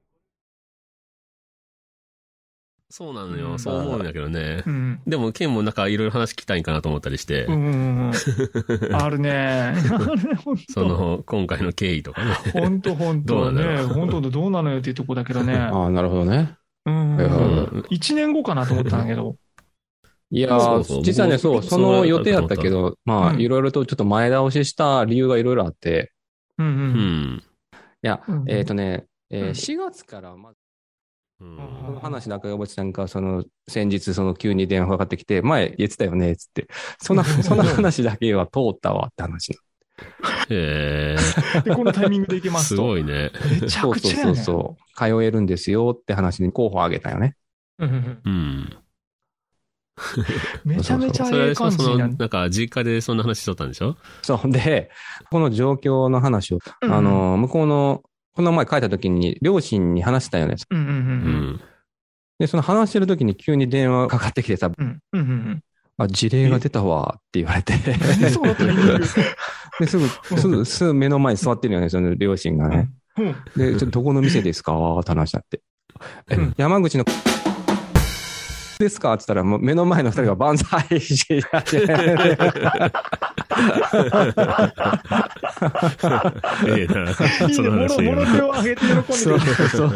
[SPEAKER 2] そうなのよ。そう思うんだけどね。
[SPEAKER 3] うん。
[SPEAKER 2] でも、ケンもなんかいろいろ話聞きたいんかなと思ったりして
[SPEAKER 3] う、んうんうん。あるね。あれ、ほん
[SPEAKER 2] そ
[SPEAKER 3] と。
[SPEAKER 2] の、今回の経緯とかね。
[SPEAKER 3] ほんとほん
[SPEAKER 2] どう
[SPEAKER 3] と
[SPEAKER 2] なんだ
[SPEAKER 3] ね。
[SPEAKER 2] ろう
[SPEAKER 3] ほんとどうなのよっていうとこだけどね。
[SPEAKER 4] ああ、なるほどね。
[SPEAKER 3] うん
[SPEAKER 2] うん
[SPEAKER 4] う
[SPEAKER 2] ん。
[SPEAKER 3] 1年後かなと思ったんだけど。
[SPEAKER 4] いや
[SPEAKER 2] そ
[SPEAKER 4] ー
[SPEAKER 2] うそう
[SPEAKER 4] 実はね、
[SPEAKER 2] 僕
[SPEAKER 4] そ
[SPEAKER 2] も
[SPEAKER 4] う、その予定やったけど、まあ、
[SPEAKER 3] うん
[SPEAKER 4] いろいろとちょっと前倒しした理由がいろいろあって、
[SPEAKER 3] うんう。
[SPEAKER 2] うんん。
[SPEAKER 4] いや、
[SPEAKER 3] うん
[SPEAKER 4] えっ、とね、えー
[SPEAKER 3] うん
[SPEAKER 4] 4月から、まず、
[SPEAKER 2] うん
[SPEAKER 4] この話なんか覚えてたんか、その、先日、その急に電話かかってきて、前言ってたよね、つって。そんな、そんな話だけは通ったわって話な
[SPEAKER 2] へえ
[SPEAKER 3] で、このタイミングでいけ
[SPEAKER 2] ー、
[SPEAKER 3] ます
[SPEAKER 2] す
[SPEAKER 3] と。
[SPEAKER 2] ごいね。
[SPEAKER 3] めちゃ
[SPEAKER 4] そう
[SPEAKER 3] く
[SPEAKER 4] そう
[SPEAKER 3] ちゃ
[SPEAKER 4] そ
[SPEAKER 3] や
[SPEAKER 4] う
[SPEAKER 3] ね。
[SPEAKER 4] そう。通えるんですよって話に候補あげたよね。
[SPEAKER 3] うんうんうん
[SPEAKER 2] うん。
[SPEAKER 3] めちゃめちゃ
[SPEAKER 2] それあれ
[SPEAKER 3] ええ
[SPEAKER 2] でしょ
[SPEAKER 3] 感じ
[SPEAKER 2] その、
[SPEAKER 3] にな
[SPEAKER 2] な
[SPEAKER 3] る
[SPEAKER 2] ん。か、実家でそんな話しとったんでしょ
[SPEAKER 4] そう。で、この状況の話を、
[SPEAKER 3] うん
[SPEAKER 4] あ、の、向こうの、この前書いた時に、両親に話したよね。
[SPEAKER 3] うんう
[SPEAKER 2] うんん。
[SPEAKER 4] で、その話してる時に急に電話かかってきてさ、
[SPEAKER 3] うん。うんうんうん
[SPEAKER 4] あ、事例が出たわって言われて、
[SPEAKER 3] うん。でそのタイミング。
[SPEAKER 4] ですぐ、すぐ、すぐ目の前に座ってるよね、その両親がね。
[SPEAKER 3] うん
[SPEAKER 4] で、ちょっとどこの店ですかって話だって。え
[SPEAKER 3] うん
[SPEAKER 4] 山口の、ですかって言ったら、もう目の前の二人が万歳して始めて
[SPEAKER 2] ええ な。
[SPEAKER 3] いい
[SPEAKER 2] そ
[SPEAKER 3] ね、
[SPEAKER 2] の
[SPEAKER 3] もろ
[SPEAKER 2] 話
[SPEAKER 3] もろ手
[SPEAKER 2] よ
[SPEAKER 3] を挙げて喜んでくれ
[SPEAKER 4] そうそうそう。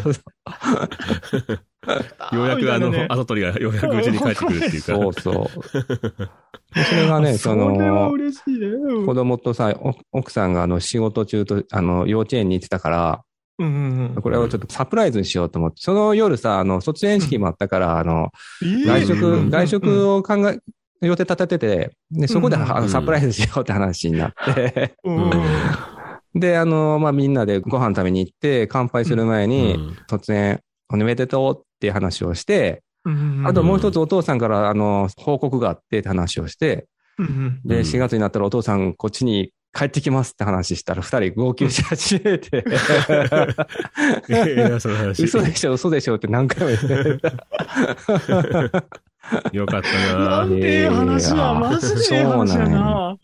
[SPEAKER 2] うやくあの
[SPEAKER 3] みたい、なね
[SPEAKER 2] 跡取りがようやくうちに帰ってくるっていうか。
[SPEAKER 4] そうそう。でそれがね、そ
[SPEAKER 3] それは
[SPEAKER 4] の、
[SPEAKER 3] 嬉しいね。うん
[SPEAKER 4] 子供とさ、お奥さんがあの仕事中と、あの、幼稚園に行ってたから、
[SPEAKER 3] うんうんうん
[SPEAKER 4] これをちょっとサプライズにしようと思って、その夜さ、あの、卒園式もあったから、あの、
[SPEAKER 3] いい
[SPEAKER 4] 外
[SPEAKER 2] うん
[SPEAKER 4] 食、外食を考え、予定立ててて、で、そこであ
[SPEAKER 2] う
[SPEAKER 4] の
[SPEAKER 2] ん
[SPEAKER 4] サプライズしようって話になって、
[SPEAKER 3] う
[SPEAKER 2] うん
[SPEAKER 3] ん
[SPEAKER 4] で、あの、まあ、みんなでご飯食べに行って、乾杯する前
[SPEAKER 2] う
[SPEAKER 4] に、
[SPEAKER 2] ん
[SPEAKER 4] 突然、おめでとうっていう話をして、
[SPEAKER 3] うんうん
[SPEAKER 4] あともう一つお父さんから、あの、報告があってって話をして、
[SPEAKER 3] うんうん
[SPEAKER 2] うん
[SPEAKER 4] で、4月になったらお父さんこっちに帰ってきますって話したら、二人号泣し始め
[SPEAKER 2] え
[SPEAKER 4] て、
[SPEAKER 2] えな、その話。
[SPEAKER 4] 嘘でしょ、嘘でしょって何回も言って。
[SPEAKER 2] よかった
[SPEAKER 3] な
[SPEAKER 2] な。
[SPEAKER 3] んてええ話や、
[SPEAKER 4] いやいや
[SPEAKER 3] マジでええ話やな。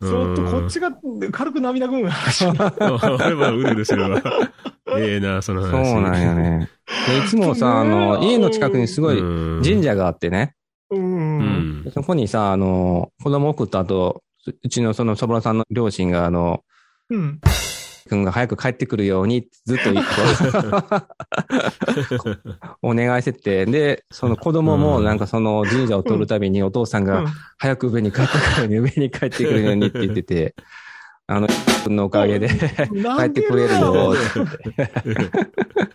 [SPEAKER 3] ちょっとこっ
[SPEAKER 2] ち。
[SPEAKER 3] ちが軽く涙 ぐむ話。
[SPEAKER 2] 俺もうるうるするわ。 ええな、その
[SPEAKER 4] そう
[SPEAKER 2] 話。
[SPEAKER 4] なんよね。でいつもさ、あの、
[SPEAKER 3] ねえ
[SPEAKER 4] 家の近くにすごい
[SPEAKER 2] うん。
[SPEAKER 4] 神社があってね、
[SPEAKER 3] うん
[SPEAKER 2] う
[SPEAKER 3] うん
[SPEAKER 2] ん。
[SPEAKER 4] そこにさ、あの、子供送った後、ううちのその、そぼろさんの両親が、あの、
[SPEAKER 3] うん。
[SPEAKER 4] 君が早く帰ってくるように、ずっと言 ってお願いしてて、で、その子供もなんかその神社を通るたびにお父さん
[SPEAKER 3] う
[SPEAKER 4] が
[SPEAKER 3] ん
[SPEAKER 4] 早く上に帰ってくるように、上に帰ってくるようにって言って て、あの、君のおかげで 帰
[SPEAKER 3] 帰
[SPEAKER 4] ってくれるよって。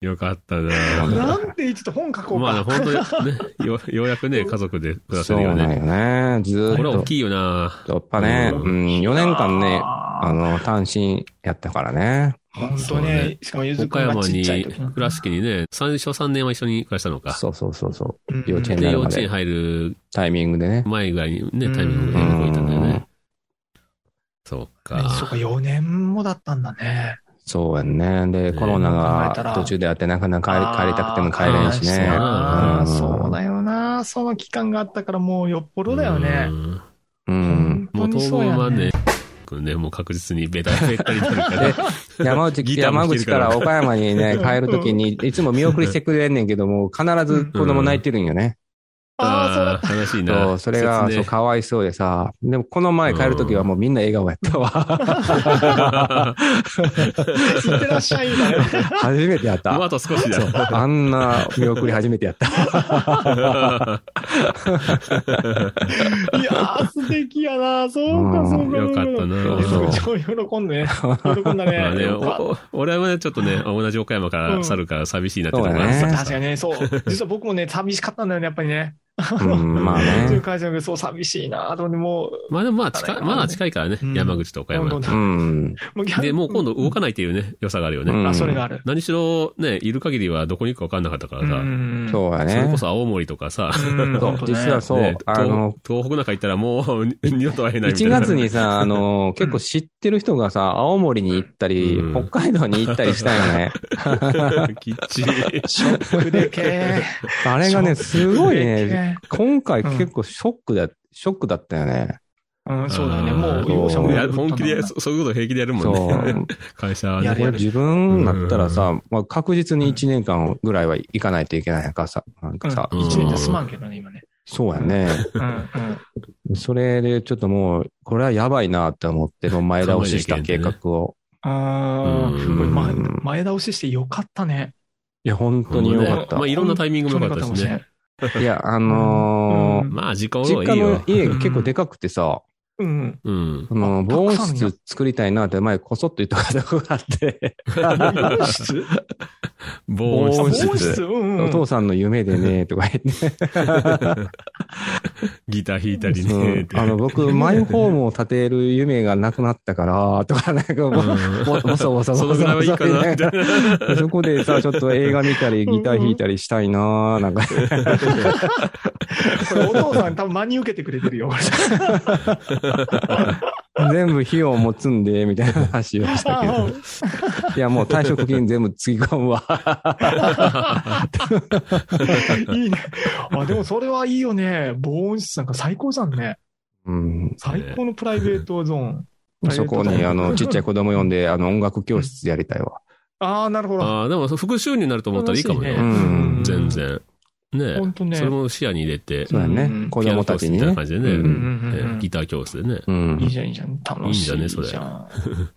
[SPEAKER 2] よかったな
[SPEAKER 3] なんて言ってた本書こう
[SPEAKER 2] まあ、
[SPEAKER 3] か。
[SPEAKER 2] 本当にね、よようやくね、家族で暮らせ
[SPEAKER 4] そう
[SPEAKER 2] るよ
[SPEAKER 4] な
[SPEAKER 2] ね。
[SPEAKER 4] んよね。ずー
[SPEAKER 2] こ
[SPEAKER 4] っ
[SPEAKER 2] れは大
[SPEAKER 4] と。
[SPEAKER 2] きいよな
[SPEAKER 4] やっぱね、
[SPEAKER 2] うん
[SPEAKER 4] うん、4年間ね、
[SPEAKER 3] あ
[SPEAKER 4] あの、単身やったからね。
[SPEAKER 3] ー本当ね。しかもゆずく
[SPEAKER 2] 岡
[SPEAKER 3] んが
[SPEAKER 2] 山
[SPEAKER 3] ちっ
[SPEAKER 2] に、
[SPEAKER 3] ちゃい時な。
[SPEAKER 2] 倉敷にね、最初3年は一緒に暮らしたのか。
[SPEAKER 4] そうそうそうそう。
[SPEAKER 3] うん
[SPEAKER 4] 幼稚園
[SPEAKER 2] で、
[SPEAKER 4] なる
[SPEAKER 2] 幼
[SPEAKER 4] ま
[SPEAKER 2] 稚園
[SPEAKER 4] で、
[SPEAKER 2] 入る
[SPEAKER 4] タイミングでね。
[SPEAKER 2] 前ぐらいに
[SPEAKER 3] う
[SPEAKER 2] ね、
[SPEAKER 3] ん
[SPEAKER 2] タイミングで動いたんだよね。そう
[SPEAKER 3] ねそう
[SPEAKER 2] か。
[SPEAKER 3] か、4年もだったんだね。
[SPEAKER 4] そうやんね。
[SPEAKER 2] ね
[SPEAKER 4] で、コロナ
[SPEAKER 3] 考えたら
[SPEAKER 4] が途中であってなかなか帰り帰りたくても帰れんしね。
[SPEAKER 3] あーそうだな
[SPEAKER 4] うん
[SPEAKER 3] そうだよな。その期間があったからもうよっぽどだよ
[SPEAKER 2] う
[SPEAKER 3] ね。
[SPEAKER 2] ん
[SPEAKER 4] うん。
[SPEAKER 2] もう
[SPEAKER 3] 本当に
[SPEAKER 2] 当
[SPEAKER 3] そうや
[SPEAKER 2] 分は
[SPEAKER 3] ね
[SPEAKER 2] ね、これね、もう確実にベタベタになる から。
[SPEAKER 4] 山内、
[SPEAKER 2] ギターも
[SPEAKER 4] 山
[SPEAKER 2] 弾ける
[SPEAKER 4] 口
[SPEAKER 2] か
[SPEAKER 4] からら岡山にね、帰るときに、いつも見送りしてくれんねんけども、必ず子供泣いてるんよね。
[SPEAKER 3] ああ、そうだっ
[SPEAKER 2] あー、悲しい
[SPEAKER 4] そ
[SPEAKER 2] な。
[SPEAKER 4] う、それが、
[SPEAKER 2] 切
[SPEAKER 4] そう、
[SPEAKER 2] ね
[SPEAKER 4] かわいそうでさ。でも、この前帰るときはもうみんな笑顔やったわ。
[SPEAKER 3] た。いってらっしゃいだよ。
[SPEAKER 4] 初めてやっ
[SPEAKER 2] もう
[SPEAKER 4] た。
[SPEAKER 2] あと少しだ
[SPEAKER 4] そう。 あんな見送り初めてやった。
[SPEAKER 3] いや ー、素敵やな。そうか、そうか。
[SPEAKER 2] よかったな
[SPEAKER 3] そうか超喜んでね。喜んだ
[SPEAKER 2] まあ
[SPEAKER 3] ね。
[SPEAKER 2] ね、
[SPEAKER 3] よかった
[SPEAKER 2] おお俺はね、ちょっとね、同じ岡山から去るから寂しいなってとこがあ
[SPEAKER 4] そうだね
[SPEAKER 2] っ
[SPEAKER 3] 確かにね、そう。実は僕もね、寂しかったんだよね、やっぱりね。
[SPEAKER 4] うん、まあ
[SPEAKER 3] うちの
[SPEAKER 4] ね。
[SPEAKER 3] 会社がそう寂しいなと思って、も
[SPEAKER 2] まあでもまあ近い、まだ近いからね
[SPEAKER 3] うん、
[SPEAKER 2] 山口と岡
[SPEAKER 3] う、どんど
[SPEAKER 2] 山
[SPEAKER 3] ん。どん
[SPEAKER 4] うん。
[SPEAKER 3] もう逆に
[SPEAKER 2] で、もう今度動かないっていうね、良さがあるよね。
[SPEAKER 4] うん
[SPEAKER 3] あ、それがある。
[SPEAKER 2] 何しろね、いる限りはどこに行くか分かんなかったからさ、
[SPEAKER 3] ん
[SPEAKER 4] そう
[SPEAKER 2] そ
[SPEAKER 4] や
[SPEAKER 2] れ
[SPEAKER 4] ね
[SPEAKER 2] こ。そ青森とかさ、
[SPEAKER 3] うん
[SPEAKER 4] そ
[SPEAKER 3] 本
[SPEAKER 4] う
[SPEAKER 3] 当ね
[SPEAKER 4] 実はそう、
[SPEAKER 2] ね
[SPEAKER 4] あの、
[SPEAKER 2] 東東北なんか行ったらもう二度と会えないみたい
[SPEAKER 4] 1
[SPEAKER 2] な。
[SPEAKER 4] 月にさ、あの、結構知ってる人がさ、青森に行ったり、
[SPEAKER 2] うん
[SPEAKER 4] 北海道に行ったりしたよ ね。
[SPEAKER 2] きっちり。
[SPEAKER 3] ショックでけえ。
[SPEAKER 4] あれがね、すごい
[SPEAKER 3] ショックで
[SPEAKER 4] ね、
[SPEAKER 3] け
[SPEAKER 4] 今回結構ショックだ、ショックだったよね。
[SPEAKER 3] え。うん、そうだよね。
[SPEAKER 2] あー
[SPEAKER 3] もう、容赦も
[SPEAKER 2] い
[SPEAKER 3] な
[SPEAKER 2] や
[SPEAKER 3] く
[SPEAKER 2] 本気で
[SPEAKER 3] そ
[SPEAKER 2] そ、そういうこと平気でやるもん
[SPEAKER 4] そ
[SPEAKER 2] ね。
[SPEAKER 4] う。
[SPEAKER 2] 会社は
[SPEAKER 3] や
[SPEAKER 2] ね
[SPEAKER 3] るや
[SPEAKER 4] これ
[SPEAKER 3] る
[SPEAKER 4] 自分だったらさ、まあ、確実に1年間ぐらいは行かないといけないやんかさ、なんかさ、
[SPEAKER 2] うん
[SPEAKER 3] 一年じゃすまんけどね、今ね。
[SPEAKER 4] そうやね。
[SPEAKER 3] うん、うん。
[SPEAKER 4] それでちょっともう、これはやばいなって思って、もう前倒しした計画を。
[SPEAKER 3] あー
[SPEAKER 2] うん
[SPEAKER 3] これ前、前倒ししてよかったね。
[SPEAKER 4] いや、本当によかっ
[SPEAKER 2] ま
[SPEAKER 4] た
[SPEAKER 2] あ。いろんなタイミングも良かった
[SPEAKER 3] そ
[SPEAKER 2] で
[SPEAKER 3] う
[SPEAKER 2] す
[SPEAKER 3] いう方
[SPEAKER 2] ね。
[SPEAKER 3] も
[SPEAKER 4] いや、あの
[SPEAKER 3] う
[SPEAKER 4] ー
[SPEAKER 3] ん
[SPEAKER 2] まあ、時間
[SPEAKER 4] 実
[SPEAKER 2] はい
[SPEAKER 4] 家
[SPEAKER 2] い
[SPEAKER 4] の
[SPEAKER 2] よ。
[SPEAKER 4] 家が結構でかくてさ、
[SPEAKER 3] うん。
[SPEAKER 2] うん。
[SPEAKER 4] あの、
[SPEAKER 3] あ
[SPEAKER 4] 防音
[SPEAKER 3] たくさんや
[SPEAKER 4] 室作りたいなって前こそっと言ったこと があって、
[SPEAKER 3] 音質
[SPEAKER 2] 防音
[SPEAKER 4] 防
[SPEAKER 2] 室
[SPEAKER 4] 音
[SPEAKER 3] 音
[SPEAKER 4] 室
[SPEAKER 3] 質うんう
[SPEAKER 4] お
[SPEAKER 3] ん。
[SPEAKER 4] 父さんの夢でね、とか言って、
[SPEAKER 2] ギター弾いたり
[SPEAKER 4] う
[SPEAKER 2] ね
[SPEAKER 4] ん。あ の、僕、マイホームを建てる夢がなくなってから、とか、なんか、ぼぼそぼそぼそ
[SPEAKER 2] そのぐらいはいいかな、みたいな。
[SPEAKER 4] そこでさ、ちょっと映画見たり、ギター弾いたりしたいなな んか、
[SPEAKER 3] これお父さん多分真に受けてくれてるよ、これ。
[SPEAKER 4] 全部費用も積んで、みたいな話をしたけど。いや、もう退職金全部つぎ込 むわ。
[SPEAKER 3] いいね。あ、でもそれはいいよね。防音室なんか最高じゃんね。
[SPEAKER 4] うん。
[SPEAKER 3] 最高のプライベートゾーン。
[SPEAKER 4] そこに、あの、ちっちゃい子供呼んで、あの、音楽教室やりたいわ。
[SPEAKER 3] ああ、なるほど。
[SPEAKER 2] ああ、でも、副収入になると思ったらいいかもね。
[SPEAKER 4] 楽しいねうん
[SPEAKER 2] 全。然。ね
[SPEAKER 3] 本当ね。
[SPEAKER 2] それも視野に入れて、
[SPEAKER 4] そうや
[SPEAKER 3] う
[SPEAKER 4] ね
[SPEAKER 3] ん。
[SPEAKER 4] 子供たちに
[SPEAKER 2] ピアノ
[SPEAKER 4] ね
[SPEAKER 2] 教。室みたいな感じでね
[SPEAKER 4] う
[SPEAKER 3] うんうんう
[SPEAKER 4] ん
[SPEAKER 3] んうん
[SPEAKER 2] ねギター教室でね。
[SPEAKER 4] うん
[SPEAKER 3] いいじゃん、いいじゃん。楽しい。
[SPEAKER 2] いいんだねそれ
[SPEAKER 3] じゃん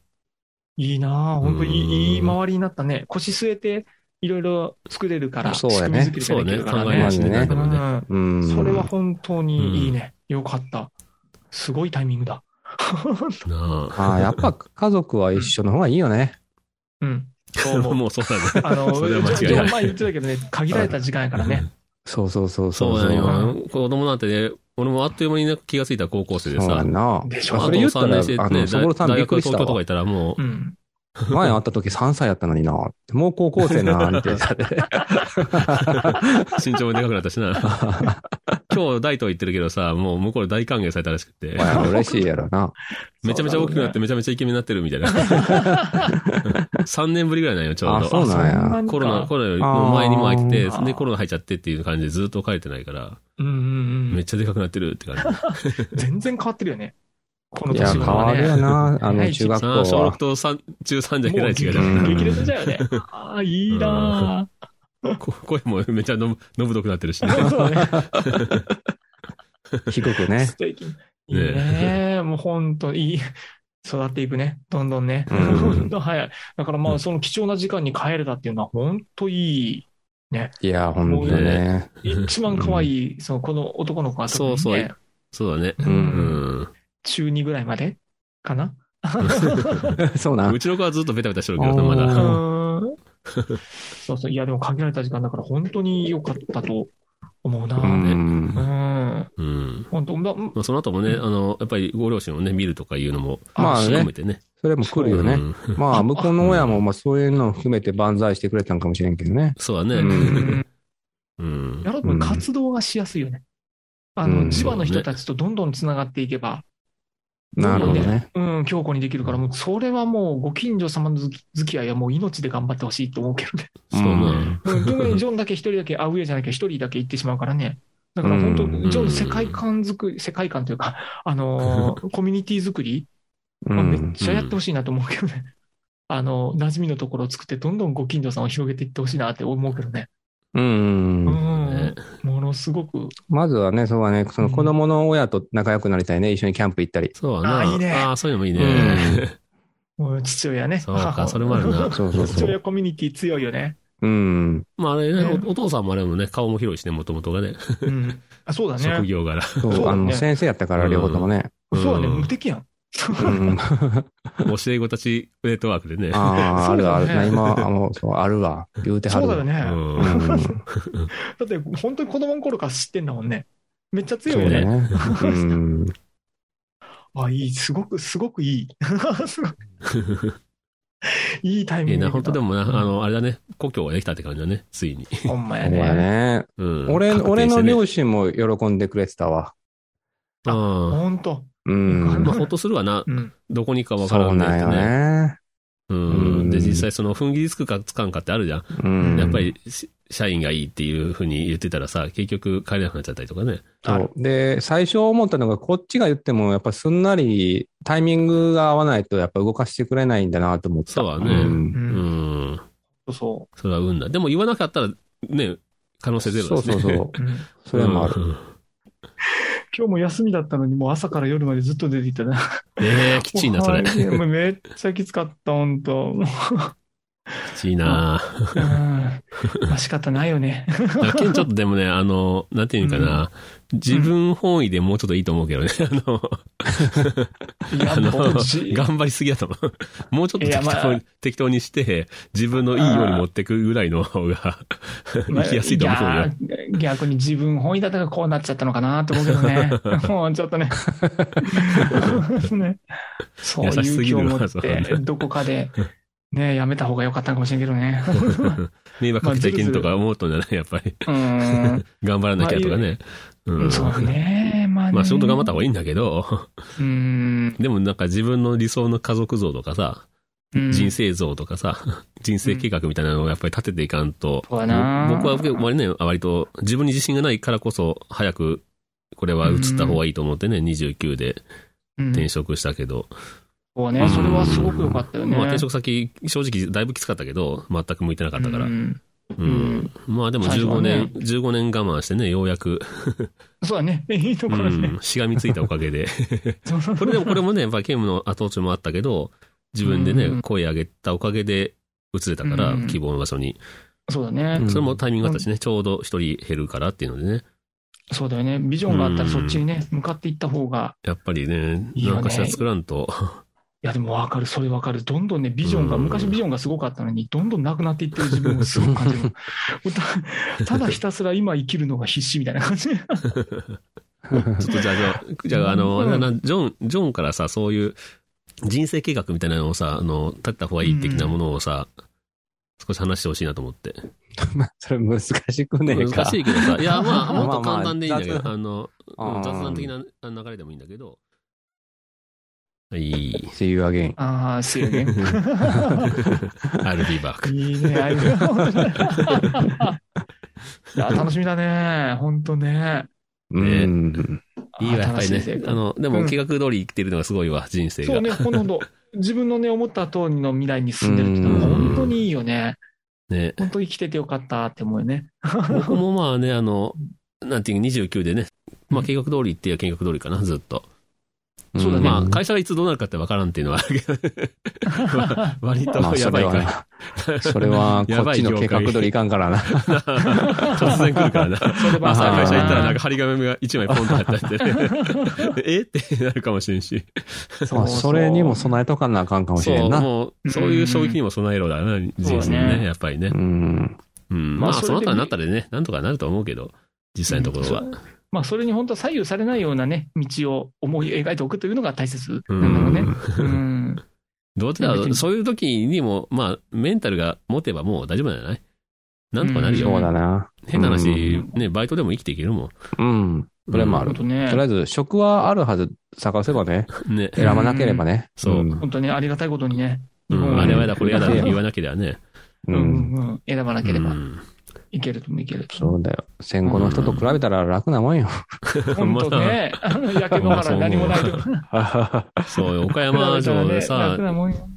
[SPEAKER 3] いいなあ本
[SPEAKER 2] う
[SPEAKER 3] 当に
[SPEAKER 2] ん
[SPEAKER 3] いいいい周りになったね。腰据えて、いろいろ作れるから、
[SPEAKER 4] そうやね
[SPEAKER 3] 仕組み
[SPEAKER 2] そ
[SPEAKER 3] 作
[SPEAKER 2] う
[SPEAKER 3] りがで
[SPEAKER 2] ね、
[SPEAKER 3] きる
[SPEAKER 2] 考
[SPEAKER 3] から
[SPEAKER 2] え
[SPEAKER 3] ね
[SPEAKER 2] なしでね。
[SPEAKER 4] ま
[SPEAKER 2] でもね
[SPEAKER 4] うん
[SPEAKER 3] うんそれは本当にいいね。よかった。すごいタイミングだ。
[SPEAKER 2] なあ
[SPEAKER 4] ああ、やっぱ家族は一緒の方がいいよね。
[SPEAKER 3] うん。そう 思う
[SPEAKER 2] もうそう だね。
[SPEAKER 3] あの、
[SPEAKER 2] それは間違いない
[SPEAKER 3] 前言ってたけどね、限られた時間やからね。
[SPEAKER 4] そうそうそう
[SPEAKER 2] そうなん
[SPEAKER 3] そう
[SPEAKER 2] よ。子供なんてね、俺もあっという間になんか気がついた高校生で
[SPEAKER 4] そうや
[SPEAKER 2] さ
[SPEAKER 4] ん、な。
[SPEAKER 3] でしょ
[SPEAKER 4] まあ
[SPEAKER 2] あと
[SPEAKER 4] それ言った
[SPEAKER 2] 3
[SPEAKER 4] ら、
[SPEAKER 2] 年生
[SPEAKER 4] あ
[SPEAKER 2] ね、
[SPEAKER 4] の、そこ
[SPEAKER 2] 大
[SPEAKER 4] ろさんびっ
[SPEAKER 2] 学
[SPEAKER 4] くり
[SPEAKER 2] 東
[SPEAKER 4] した
[SPEAKER 2] 京とか
[SPEAKER 4] わ
[SPEAKER 2] い。たら も
[SPEAKER 3] うん。
[SPEAKER 4] 前会った時3歳やったのにな。もう高校生なんて。
[SPEAKER 2] う身長もでかくなったしな。今日大東行ってるけどさ、もう向こうで大歓迎されたらしくて。
[SPEAKER 4] まあ 嬉しいやろな。
[SPEAKER 2] めちゃめちゃ大きくなってめちゃめちゃイケメンになってるみたいな。3年 ぶりぐらいなんよ、ちょ
[SPEAKER 4] あ
[SPEAKER 2] う
[SPEAKER 4] そう
[SPEAKER 2] ど。
[SPEAKER 3] そ
[SPEAKER 4] なん
[SPEAKER 3] んな
[SPEAKER 4] や。
[SPEAKER 3] にか
[SPEAKER 2] コロナ、コロナよりも前にも空いて
[SPEAKER 3] あ
[SPEAKER 2] て、
[SPEAKER 3] ー
[SPEAKER 2] で、コロナ入っちゃってっていう感じでずっと帰ってないから、
[SPEAKER 3] うんうんう
[SPEAKER 2] めっ
[SPEAKER 3] ん。
[SPEAKER 2] ちゃでかくなってるって感じ。
[SPEAKER 3] 全然変わってるよね。この
[SPEAKER 4] いや、
[SPEAKER 3] 年
[SPEAKER 4] 変
[SPEAKER 3] 頃は
[SPEAKER 4] わ
[SPEAKER 3] ね。
[SPEAKER 4] るよ な。あの、中学校
[SPEAKER 2] あー小6
[SPEAKER 4] は。
[SPEAKER 2] と3中3じゃえらい違うじゃ
[SPEAKER 4] も
[SPEAKER 2] ん
[SPEAKER 4] う
[SPEAKER 3] 激烈だよね。ああ、いいな
[SPEAKER 2] こ 声もめっちゃのぶのぶどくなってるしね。
[SPEAKER 3] あそうだ
[SPEAKER 4] 低く
[SPEAKER 3] ね。
[SPEAKER 4] ね。
[SPEAKER 3] 素敵。いいね。もう本当いい。育っていくね。どんどんね。
[SPEAKER 4] うん
[SPEAKER 3] ど んどん早い。だからまあ、その貴重な時間に帰れたっていうのは本当いい。
[SPEAKER 4] いや、ほんとね。
[SPEAKER 3] 一番可愛い、その、この男の子は特にね
[SPEAKER 2] そうそうそうだね。
[SPEAKER 4] う。
[SPEAKER 2] うんん。
[SPEAKER 3] 中2ぐらいまでかな。
[SPEAKER 4] そうなん
[SPEAKER 2] う。ちの子はずっとベタベタしてるけどな、ま
[SPEAKER 4] あ
[SPEAKER 2] だ。
[SPEAKER 4] ー
[SPEAKER 3] うそうそう。いや、でも限られた時間だから本当に良かったと思うな。
[SPEAKER 4] う
[SPEAKER 3] うん。
[SPEAKER 4] ん。
[SPEAKER 2] うん。
[SPEAKER 3] 本当、まうん
[SPEAKER 2] まあ、その後もね、あの、やっぱりご両親をね、見るとかいうのも、
[SPEAKER 4] まあね
[SPEAKER 2] 含めてね。
[SPEAKER 4] それも来るよ
[SPEAKER 2] う
[SPEAKER 4] ね。
[SPEAKER 2] ん
[SPEAKER 4] まあ、向こうの親も、まあ、そういうのを含めて万歳してくれたんかもしれんけどね。
[SPEAKER 2] そうだね。
[SPEAKER 3] うん
[SPEAKER 2] うん
[SPEAKER 3] や。ろう活動がしやすいよね。あ
[SPEAKER 4] う
[SPEAKER 3] の、
[SPEAKER 4] ん
[SPEAKER 3] 千葉の人たちとどんどんつながっていけば、
[SPEAKER 4] なるほどね。
[SPEAKER 3] うん、強固にできるから、もう、それはもう、ご近所様の付き合いはもう命で頑張ってほしいと思うけどね。
[SPEAKER 2] そうね。
[SPEAKER 3] うん特にジョンだけ一人だけ、アウェーじゃなきゃ一人だけ行ってしまうからね。だから本
[SPEAKER 4] う
[SPEAKER 3] 当、
[SPEAKER 2] ん
[SPEAKER 3] ジョンの世界観作り、世界観というか、 あのー、コミュニティ作り、
[SPEAKER 4] う
[SPEAKER 3] めっ
[SPEAKER 4] ん。
[SPEAKER 3] ちゃやってほしいなと思うけどね。あの、馴染みのところを作って、どんどんご近所さんを広げていってほしいなって思うけどね。
[SPEAKER 4] うん
[SPEAKER 3] う
[SPEAKER 4] う
[SPEAKER 3] ん
[SPEAKER 4] ん。
[SPEAKER 2] ね、
[SPEAKER 3] ものすごく。
[SPEAKER 4] まずはね、そうはね、その子供の親と仲良くなりたいね。一緒にキャンプ行ったり。
[SPEAKER 2] そうだな。
[SPEAKER 3] あーいいね
[SPEAKER 2] あーそういうのもいい
[SPEAKER 4] うん
[SPEAKER 2] ね。
[SPEAKER 3] もう父親 ね。
[SPEAKER 2] そう
[SPEAKER 3] 母
[SPEAKER 2] か、
[SPEAKER 3] を
[SPEAKER 2] それ もあるな。
[SPEAKER 4] そうそう
[SPEAKER 3] 父
[SPEAKER 4] そ
[SPEAKER 3] 親
[SPEAKER 4] う。
[SPEAKER 3] コミュニティ強いよね。
[SPEAKER 4] うん。
[SPEAKER 2] まああれね
[SPEAKER 3] ね、
[SPEAKER 2] おお父さんもあれもね、顔も広いしね、もともとがね、
[SPEAKER 3] うん。あ、そうだ
[SPEAKER 2] 職
[SPEAKER 3] ね。
[SPEAKER 2] 業柄。
[SPEAKER 4] そう、
[SPEAKER 3] そうだ
[SPEAKER 4] あ
[SPEAKER 3] ね
[SPEAKER 4] の、先生やったから、両方ともね。
[SPEAKER 2] うん
[SPEAKER 3] そうだね。無敵やん。
[SPEAKER 4] うん。
[SPEAKER 2] 教え子たちネットワークでね。
[SPEAKER 4] ああ、
[SPEAKER 3] そ
[SPEAKER 4] あ
[SPEAKER 3] う
[SPEAKER 4] る
[SPEAKER 3] だ
[SPEAKER 4] あ
[SPEAKER 3] ね
[SPEAKER 4] る。な今、あもう、そう、あるわ。言うては
[SPEAKER 3] そ
[SPEAKER 4] る
[SPEAKER 3] うだ
[SPEAKER 4] わ。
[SPEAKER 3] よね。
[SPEAKER 2] うん
[SPEAKER 4] うん。
[SPEAKER 3] だって、本当に子供の頃から知ってんだもんね。めっちゃ強
[SPEAKER 4] そう
[SPEAKER 3] いよ
[SPEAKER 4] だ
[SPEAKER 3] ね。
[SPEAKER 4] ね。うん。
[SPEAKER 3] あ、いい。すごく、すごくいい。 すごくいいタ イ
[SPEAKER 2] い
[SPEAKER 3] ミ
[SPEAKER 2] や
[SPEAKER 3] ング
[SPEAKER 2] な、本当でもな、
[SPEAKER 3] ん
[SPEAKER 2] あの、あれだね、故郷ができたって感じだね、ついに。
[SPEAKER 3] ほんま
[SPEAKER 4] ほ
[SPEAKER 3] や
[SPEAKER 4] んま
[SPEAKER 3] ね。
[SPEAKER 4] ね。
[SPEAKER 2] うん。
[SPEAKER 4] 俺、俺の
[SPEAKER 2] 親
[SPEAKER 4] 両親も喜んでくれてたわ。
[SPEAKER 2] あ
[SPEAKER 3] ほんと。
[SPEAKER 4] う
[SPEAKER 2] あ。
[SPEAKER 4] ん
[SPEAKER 2] ま。あ、ほっとするわな
[SPEAKER 3] う。ん。
[SPEAKER 2] どこにかわか
[SPEAKER 4] そ
[SPEAKER 2] ら
[SPEAKER 4] うんなん
[SPEAKER 2] ね
[SPEAKER 4] よ
[SPEAKER 2] ってね。
[SPEAKER 4] ね。
[SPEAKER 2] うん。で、
[SPEAKER 4] うん
[SPEAKER 2] 実際その、踏ん切りつくかつかんかってあるじゃん。
[SPEAKER 4] うん。
[SPEAKER 2] やっぱ。りし、社員がいいっていうふうに言ってたらさ、結局帰れなくなっちゃったりとかね。
[SPEAKER 4] そう。で、最初思ったのが、こっちが言っても、やっぱすんなりタイミングが合わないと、やっぱ動かしてくれないんだなと思った。
[SPEAKER 2] そうはね
[SPEAKER 4] ん
[SPEAKER 3] う。
[SPEAKER 2] うんん。
[SPEAKER 3] そ
[SPEAKER 2] それは運だ。でも言わなかったら、ね、可能性ゼロで
[SPEAKER 4] そう
[SPEAKER 2] すね。
[SPEAKER 4] そうそう。
[SPEAKER 3] う。うん
[SPEAKER 4] それもある。
[SPEAKER 2] る。
[SPEAKER 3] 今日も休みだったのに、もう朝から夜までずっと出ていたな。
[SPEAKER 2] ねえ、 きちいな、それ。き
[SPEAKER 3] もうめっちゃきつかった、ほん と。もう
[SPEAKER 2] ちいな。
[SPEAKER 3] うん。まあ仕方ない よね。
[SPEAKER 2] だけんちょっとでもね、あの、なんていうのかな、自分本位でもうちょっといいと思うけどね。あの、
[SPEAKER 3] いや、
[SPEAKER 2] あの
[SPEAKER 3] もう じ
[SPEAKER 2] 頑張りすぎだと思 う。もうちょっと
[SPEAKER 3] い
[SPEAKER 2] 適
[SPEAKER 3] や
[SPEAKER 2] 当に,、
[SPEAKER 3] まあ
[SPEAKER 2] 適当にして、自分のいいように持ってくぐらいの方が、生
[SPEAKER 3] まあ
[SPEAKER 2] きやすいと思うよ。
[SPEAKER 3] いや逆に自分本位だったからこうなっちゃったのかなと思うけど ね。もうちょっとね。ねそう、
[SPEAKER 2] 優しす
[SPEAKER 3] 勇
[SPEAKER 2] ぎ
[SPEAKER 3] 気を
[SPEAKER 2] る
[SPEAKER 3] 持
[SPEAKER 2] わ
[SPEAKER 3] っ
[SPEAKER 2] そ
[SPEAKER 3] て
[SPEAKER 2] れ、
[SPEAKER 3] どこかで、ね、やめた方が良かったのかもしれんけ どね。
[SPEAKER 2] 迷惑かけちゃいけんとか思うとんじゃないやっぱり。
[SPEAKER 3] うーん。
[SPEAKER 2] 頑張らなきゃとかね。うん。
[SPEAKER 3] そうね。まあね、
[SPEAKER 2] まあ仕事頑張った方がいいんだけど、
[SPEAKER 3] うーん。
[SPEAKER 2] でもなんか自分の理想の家族像とかさ、
[SPEAKER 3] うん
[SPEAKER 2] 人生像とかさ、人生計画みたいなのをやっぱり立てていかんと、
[SPEAKER 3] そうや
[SPEAKER 2] 僕
[SPEAKER 3] な
[SPEAKER 2] は割,、ね、割と自分に自信がないからこそ早くこれは移った方がいいと思ってね、29で
[SPEAKER 3] うん
[SPEAKER 2] 転職したけど、
[SPEAKER 3] そうね。それはすごく良かったよね。
[SPEAKER 2] まあ、転職先正直だいぶきつかったけど全く向いてなかったから、
[SPEAKER 3] う
[SPEAKER 2] うん
[SPEAKER 3] ん
[SPEAKER 2] まあでも
[SPEAKER 3] 最初
[SPEAKER 2] 15
[SPEAKER 3] はね
[SPEAKER 2] 年、15年我慢してねようやく、
[SPEAKER 3] そうだね。いいと ころです
[SPEAKER 2] う
[SPEAKER 3] ね。
[SPEAKER 2] んしがみついたおかげで
[SPEAKER 3] そうそう
[SPEAKER 2] これでもこれもねやっぱゲームの後押しもあったけど自分で
[SPEAKER 3] う
[SPEAKER 2] ね
[SPEAKER 3] ん
[SPEAKER 2] 声上げたおかげで移れたから、
[SPEAKER 3] うん
[SPEAKER 2] 希望の場所に、
[SPEAKER 3] そうだね。
[SPEAKER 4] うん
[SPEAKER 2] それもタイミングがあったしね、ちょうど一人減るからっていうのでね
[SPEAKER 3] そうだよね。ビジョンがあったらそっちにね、向かっていった方が、
[SPEAKER 2] やっぱりね
[SPEAKER 3] いいよね
[SPEAKER 2] なんかしら作らんと
[SPEAKER 3] いやでも分かる、それ分かる。どんどんね、ビジョンが、
[SPEAKER 2] うん
[SPEAKER 3] 昔ビジョンがすごかったのに、どんどんなくなっていってる自分をすごく感じる。もう たただひたすら今生きるのが必死みたいな感 じ。
[SPEAKER 2] ちょっとじゃあ、じゃあ、じゃあ、あの、
[SPEAKER 3] うん
[SPEAKER 2] ななジョン、ジョンからさ、そういう人生計画みたいなのをさ、あの、立った方がいい的なものをさ、少し話してほしいなと思って。
[SPEAKER 4] まあ、 それ難しくねえか。
[SPEAKER 2] 難しいけどさ、いや、まあ、
[SPEAKER 4] まあ
[SPEAKER 2] もっと簡単でいいんだけ
[SPEAKER 4] ま
[SPEAKER 2] ど、
[SPEAKER 4] あま
[SPEAKER 2] あの、うん雑談的な流れでもいいんだけど、はい、
[SPEAKER 4] See you again.
[SPEAKER 3] ああ、すよね。
[SPEAKER 2] I'll be back.
[SPEAKER 3] いいね、ああいう のいや楽しみだね。ほんとね。
[SPEAKER 4] うん。
[SPEAKER 2] いいわ、やっぱり
[SPEAKER 3] 新しい生
[SPEAKER 2] ね。
[SPEAKER 3] 活
[SPEAKER 2] あの、で
[SPEAKER 3] う
[SPEAKER 2] も
[SPEAKER 3] ん
[SPEAKER 2] 計画通り生きてるのがすごいわ、人生
[SPEAKER 3] そう
[SPEAKER 2] が。
[SPEAKER 3] ね、ほんとほんと。自分のね、思った通りの未来に進んでるってのは
[SPEAKER 2] うん
[SPEAKER 3] 本当にいいよね。
[SPEAKER 2] ね。
[SPEAKER 3] 本当生きててよかったって思う よね。
[SPEAKER 2] 僕もまあね、あの、なんていうか29でね、まあ計画通りっていう計画通りかな、ずっと。
[SPEAKER 3] そうだね
[SPEAKER 2] まあ、会社がいつどうなるかってわからんっていうのはあるけど、割と
[SPEAKER 4] まあ、
[SPEAKER 2] や
[SPEAKER 4] そ
[SPEAKER 2] ば
[SPEAKER 4] れ
[SPEAKER 2] いから。
[SPEAKER 4] は、そ れは、こっちの計画通りいかんからな。
[SPEAKER 2] 突然来るからな。 それ朝会社行ったらなんか張り紙が一枚ポンと貼ってあって ねえ ってなるかもしれんし。
[SPEAKER 4] まあ、それにも備えとかなあかんかもし
[SPEAKER 2] そう、
[SPEAKER 4] れんな。
[SPEAKER 2] もう、そういう衝撃にも備えろだな、人生
[SPEAKER 3] そうだ
[SPEAKER 2] ね、
[SPEAKER 3] ね
[SPEAKER 2] やっぱりね
[SPEAKER 4] う。ん。
[SPEAKER 2] うん。ま
[SPEAKER 3] まあ
[SPEAKER 2] あ、
[SPEAKER 3] それで
[SPEAKER 2] その他になったらね、なんとかなると思うけど、実際のところは。
[SPEAKER 3] まあ、それに本当は左右されないようなね、道を思い描いておくというのが大切
[SPEAKER 2] う
[SPEAKER 3] なんだろうんね。うん。
[SPEAKER 2] どうだろうそういう時にも、まあ、メンタルが持てばもう大丈夫なんじゃないなんとかなる
[SPEAKER 4] そう
[SPEAKER 2] よ。
[SPEAKER 4] だな。
[SPEAKER 2] 変な話
[SPEAKER 3] う、
[SPEAKER 2] ね、バイトでも生きていけるもん。
[SPEAKER 4] うん。それもあ
[SPEAKER 3] 本
[SPEAKER 4] る。
[SPEAKER 3] 当
[SPEAKER 4] と
[SPEAKER 3] ね
[SPEAKER 4] りあ。えず、職はあるはず、探せばね、
[SPEAKER 2] ね。
[SPEAKER 4] 選ばなければね。
[SPEAKER 2] うんそうん
[SPEAKER 3] 本当にありがたいことにね。
[SPEAKER 2] う
[SPEAKER 3] うん
[SPEAKER 2] ん、あれはやだ、これやだって言わなければね。
[SPEAKER 4] う。
[SPEAKER 3] うんんうん選ばなけれ
[SPEAKER 2] う
[SPEAKER 3] ば
[SPEAKER 2] ん
[SPEAKER 3] いけるともいけると。
[SPEAKER 4] そうだよ。戦後の人と比べたら楽なもんよ。
[SPEAKER 3] 本当ね。あの焼け野原何もないと。
[SPEAKER 2] そう、岡山城で
[SPEAKER 3] 比べた
[SPEAKER 2] さ
[SPEAKER 3] らね 楽、なもんよ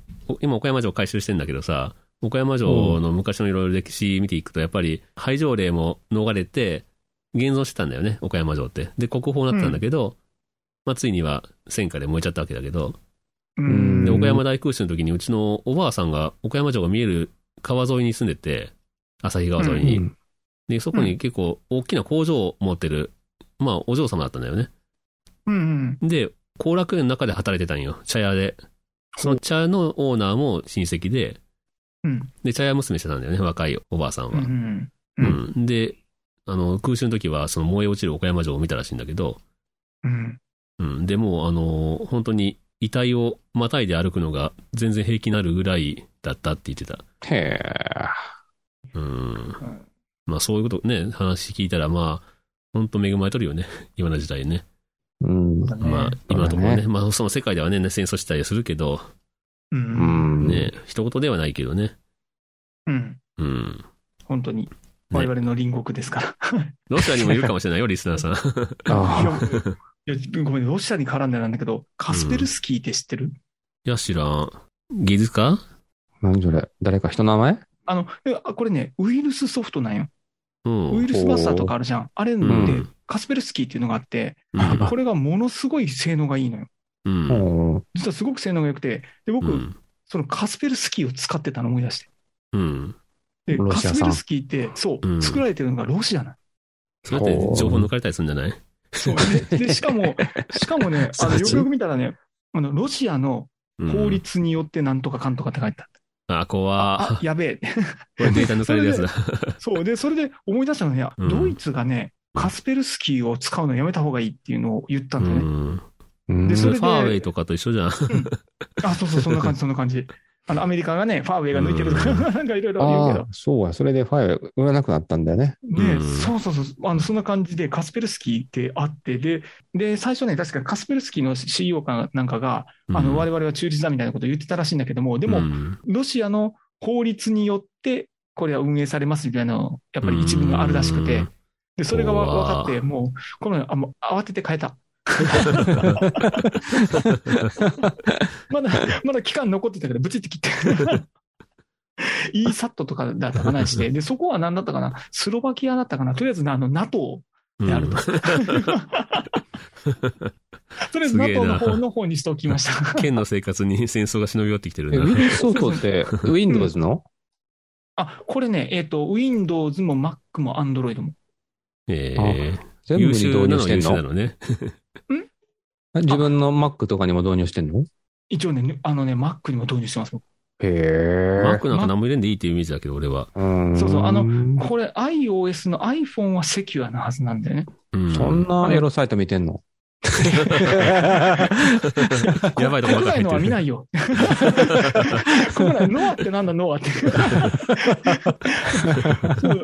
[SPEAKER 2] 今岡山城改修してんだけどさ、岡山城の昔のいろいろ歴史見ていくと、やっぱり廃城令も逃れて、現存してたんだよね、岡山城って。で、国宝になったんだけど、まあ、ついには戦火で燃えちゃったわけだけど、
[SPEAKER 3] う
[SPEAKER 4] うん
[SPEAKER 3] ん
[SPEAKER 2] で、岡山大空襲の時にうちのおばあさんが岡山城が見える川沿いに住んでて、旭川沿いに。
[SPEAKER 4] うん
[SPEAKER 2] で、そこに結構大きな工場を持ってる、まあ、お嬢様だったんだよね。
[SPEAKER 3] うんうん。
[SPEAKER 2] で、後楽園の中で働いてたんよ。茶屋で。その茶屋のオーナーも親戚で、
[SPEAKER 3] うん
[SPEAKER 2] で、茶屋娘してたんだよね、若いおばあさん
[SPEAKER 3] う
[SPEAKER 2] は。
[SPEAKER 3] ん
[SPEAKER 2] う
[SPEAKER 3] うん
[SPEAKER 2] ん。で、あの、空襲の時は、その燃え落ちる岡山城を見たらしいんだけど、
[SPEAKER 3] うん。
[SPEAKER 2] うん。でもう、あの、本当に遺体をまたいで歩くのが全然平気になるぐらいだったって言ってた。
[SPEAKER 4] へえ。
[SPEAKER 2] うん。まあ、そういうことね、話聞いたら、まあ、本当恵まれとるよね、 今の時代ね。
[SPEAKER 4] うん。
[SPEAKER 3] そうだね
[SPEAKER 2] まあ、今のところ
[SPEAKER 4] そう
[SPEAKER 2] ね、
[SPEAKER 4] だね
[SPEAKER 2] まあ、その世界ではね、戦争したりするけど、
[SPEAKER 3] う。
[SPEAKER 4] うんん。
[SPEAKER 2] ね、一言ではないけどね。
[SPEAKER 3] うん。
[SPEAKER 2] うん。
[SPEAKER 3] 本当に。我々の隣国ですから。
[SPEAKER 2] ロシアにもいるかもし れないよ、リスナーさん。
[SPEAKER 4] ああ
[SPEAKER 3] いやごめん、ロシアに絡んでなんだけど、カスペルスキーって知ってる、
[SPEAKER 2] いや、知らん。技術か
[SPEAKER 4] 何それ誰か人の名前
[SPEAKER 3] あの、えあこれね、ウイルスソフトなんよ。
[SPEAKER 2] うん。
[SPEAKER 3] ウイルスマスターとかあるじゃん。あれで、
[SPEAKER 2] うん
[SPEAKER 3] カスペルスキーっていうのがあって、
[SPEAKER 2] うん
[SPEAKER 3] これがものすごい性能がいいのよ。
[SPEAKER 2] うん
[SPEAKER 4] うん。
[SPEAKER 3] 実はすごく性能が良くて、
[SPEAKER 2] う
[SPEAKER 3] で、僕、
[SPEAKER 2] ん。
[SPEAKER 3] そのカスペルスキーを使ってたの思い出して。
[SPEAKER 2] うん。
[SPEAKER 3] で、
[SPEAKER 4] ロ
[SPEAKER 3] カ
[SPEAKER 4] シア
[SPEAKER 3] ス
[SPEAKER 4] 産
[SPEAKER 3] ペルスキーって、そう、
[SPEAKER 2] うん
[SPEAKER 3] 作られてるのがロシアなの。
[SPEAKER 2] それって情報抜かれたりするんじゃない
[SPEAKER 3] そうでで、しか も、しかもね、あの
[SPEAKER 4] そっ
[SPEAKER 3] よ
[SPEAKER 4] ち
[SPEAKER 3] くよく見たらね、あのロシアの
[SPEAKER 2] うん
[SPEAKER 3] 法律によってなんとかかんとかって書いてあった。
[SPEAKER 2] あ、
[SPEAKER 3] あ
[SPEAKER 2] 怖、
[SPEAKER 3] やべえ。
[SPEAKER 2] これデータ抜かれるやつだ。
[SPEAKER 3] そう。で、それで思い出したのがね、
[SPEAKER 2] うん
[SPEAKER 3] ドイツがね、カスペルスキーを使うのやめた方がいいっていうのを言った
[SPEAKER 2] うん
[SPEAKER 3] だよね。
[SPEAKER 2] ん。
[SPEAKER 4] うん
[SPEAKER 3] で
[SPEAKER 2] そ
[SPEAKER 3] そ
[SPEAKER 2] れ
[SPEAKER 3] れ
[SPEAKER 2] ファーウェイとかと一緒じゃん。
[SPEAKER 3] あ、そうそう、そんな感じ、そんな感じ。あの、アメリカがね、ファーウェイが抜いてるとか、
[SPEAKER 2] うん
[SPEAKER 3] なんかいろいろ言う
[SPEAKER 4] あ
[SPEAKER 3] け
[SPEAKER 4] あ、そうや。それでファイル売らなくなったんだよね。
[SPEAKER 3] ど。ね、
[SPEAKER 2] うん
[SPEAKER 3] そうそうそう、あの、そんな感じで、カスペルスキーってあって、で、で、最初ね、確かカスペルスキーの CEO かなんかが、あの、我々は中立だみたいなことを言ってたらしいんだけども、で
[SPEAKER 2] で
[SPEAKER 3] も、ロシアの法律によって、これは運営されますみたいなの、やっぱり一文があるらしくて、で、それがわ
[SPEAKER 2] うわ
[SPEAKER 3] 分かって、もう、この、あ、もう慌てて変 えた。まだ、まだ期間残ってたから、ブチって切って。ESAT とかだったかなして、で、そこは何だったかな、スロバキアだったかな、とりあえずなあの NATO であると。とりあえず
[SPEAKER 2] すげえ
[SPEAKER 3] NATO
[SPEAKER 2] な
[SPEAKER 3] の方の方にしておきました。
[SPEAKER 2] 県の生活に戦争が忍び寄ってきてる
[SPEAKER 4] え、
[SPEAKER 2] な。
[SPEAKER 4] Windows ソフト って、Windows の
[SPEAKER 3] あ、これね、えっ、と、Windows も Mac も Android も。
[SPEAKER 2] ええ
[SPEAKER 4] 全部に
[SPEAKER 2] 優秀
[SPEAKER 4] 導
[SPEAKER 2] なの
[SPEAKER 4] 入
[SPEAKER 2] は
[SPEAKER 4] してん
[SPEAKER 2] 優秀な
[SPEAKER 4] の
[SPEAKER 2] のね。
[SPEAKER 4] 自分の Mac とかにも導入してんの
[SPEAKER 3] 一応ね、あのね、Mac にも導入してます。
[SPEAKER 2] マッ
[SPEAKER 4] へえ。
[SPEAKER 2] クなんか何も入れんでいいっていうイメージだけど、俺は。
[SPEAKER 4] うん
[SPEAKER 3] そうそうあの、これ iOS の iPhone はセキュアなはずなんだよね。
[SPEAKER 2] うん
[SPEAKER 4] そんなエロサイト見てんの
[SPEAKER 2] やばいとこばっ
[SPEAKER 3] 国
[SPEAKER 2] か
[SPEAKER 3] 内
[SPEAKER 2] り
[SPEAKER 3] のは
[SPEAKER 2] 入っ
[SPEAKER 3] 見
[SPEAKER 2] て
[SPEAKER 3] な
[SPEAKER 2] る。
[SPEAKER 3] いよ。国内、ノアってなんだ、ノアって。そう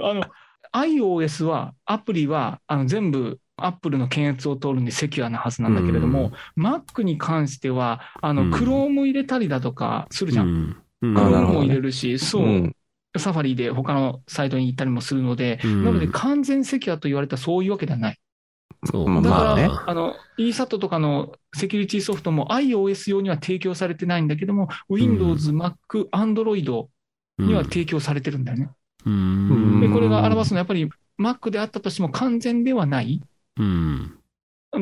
[SPEAKER 3] あの、iOS は、アプリは、あの全部、アップルの検閲を通るんでセキュアなはずなんだけれども、Mac に関しては、あ
[SPEAKER 2] う
[SPEAKER 3] の、
[SPEAKER 2] ん
[SPEAKER 3] Chrome 入れたりだとかするじゃ。
[SPEAKER 2] うんんうん
[SPEAKER 4] あな
[SPEAKER 3] Chrome
[SPEAKER 4] るほ
[SPEAKER 3] も
[SPEAKER 4] ど
[SPEAKER 3] 入
[SPEAKER 4] ね
[SPEAKER 3] れるし、 そうう、
[SPEAKER 4] ん。
[SPEAKER 3] サファリで他のサイトに行ったりもするので、
[SPEAKER 2] うん
[SPEAKER 3] なので完全セキュアと言われたらそういうわけではない。
[SPEAKER 2] そう
[SPEAKER 4] まあ
[SPEAKER 3] だから、
[SPEAKER 4] まあね
[SPEAKER 3] あの、ESAT とかのセキュリティソフトも iOS 用には提供されてないんだけども、Windows、Mac、Android には提供されてるんだよね。
[SPEAKER 2] うん
[SPEAKER 3] で、これが表すのはやっぱり Mac であったとしても完全ではない。
[SPEAKER 2] うん。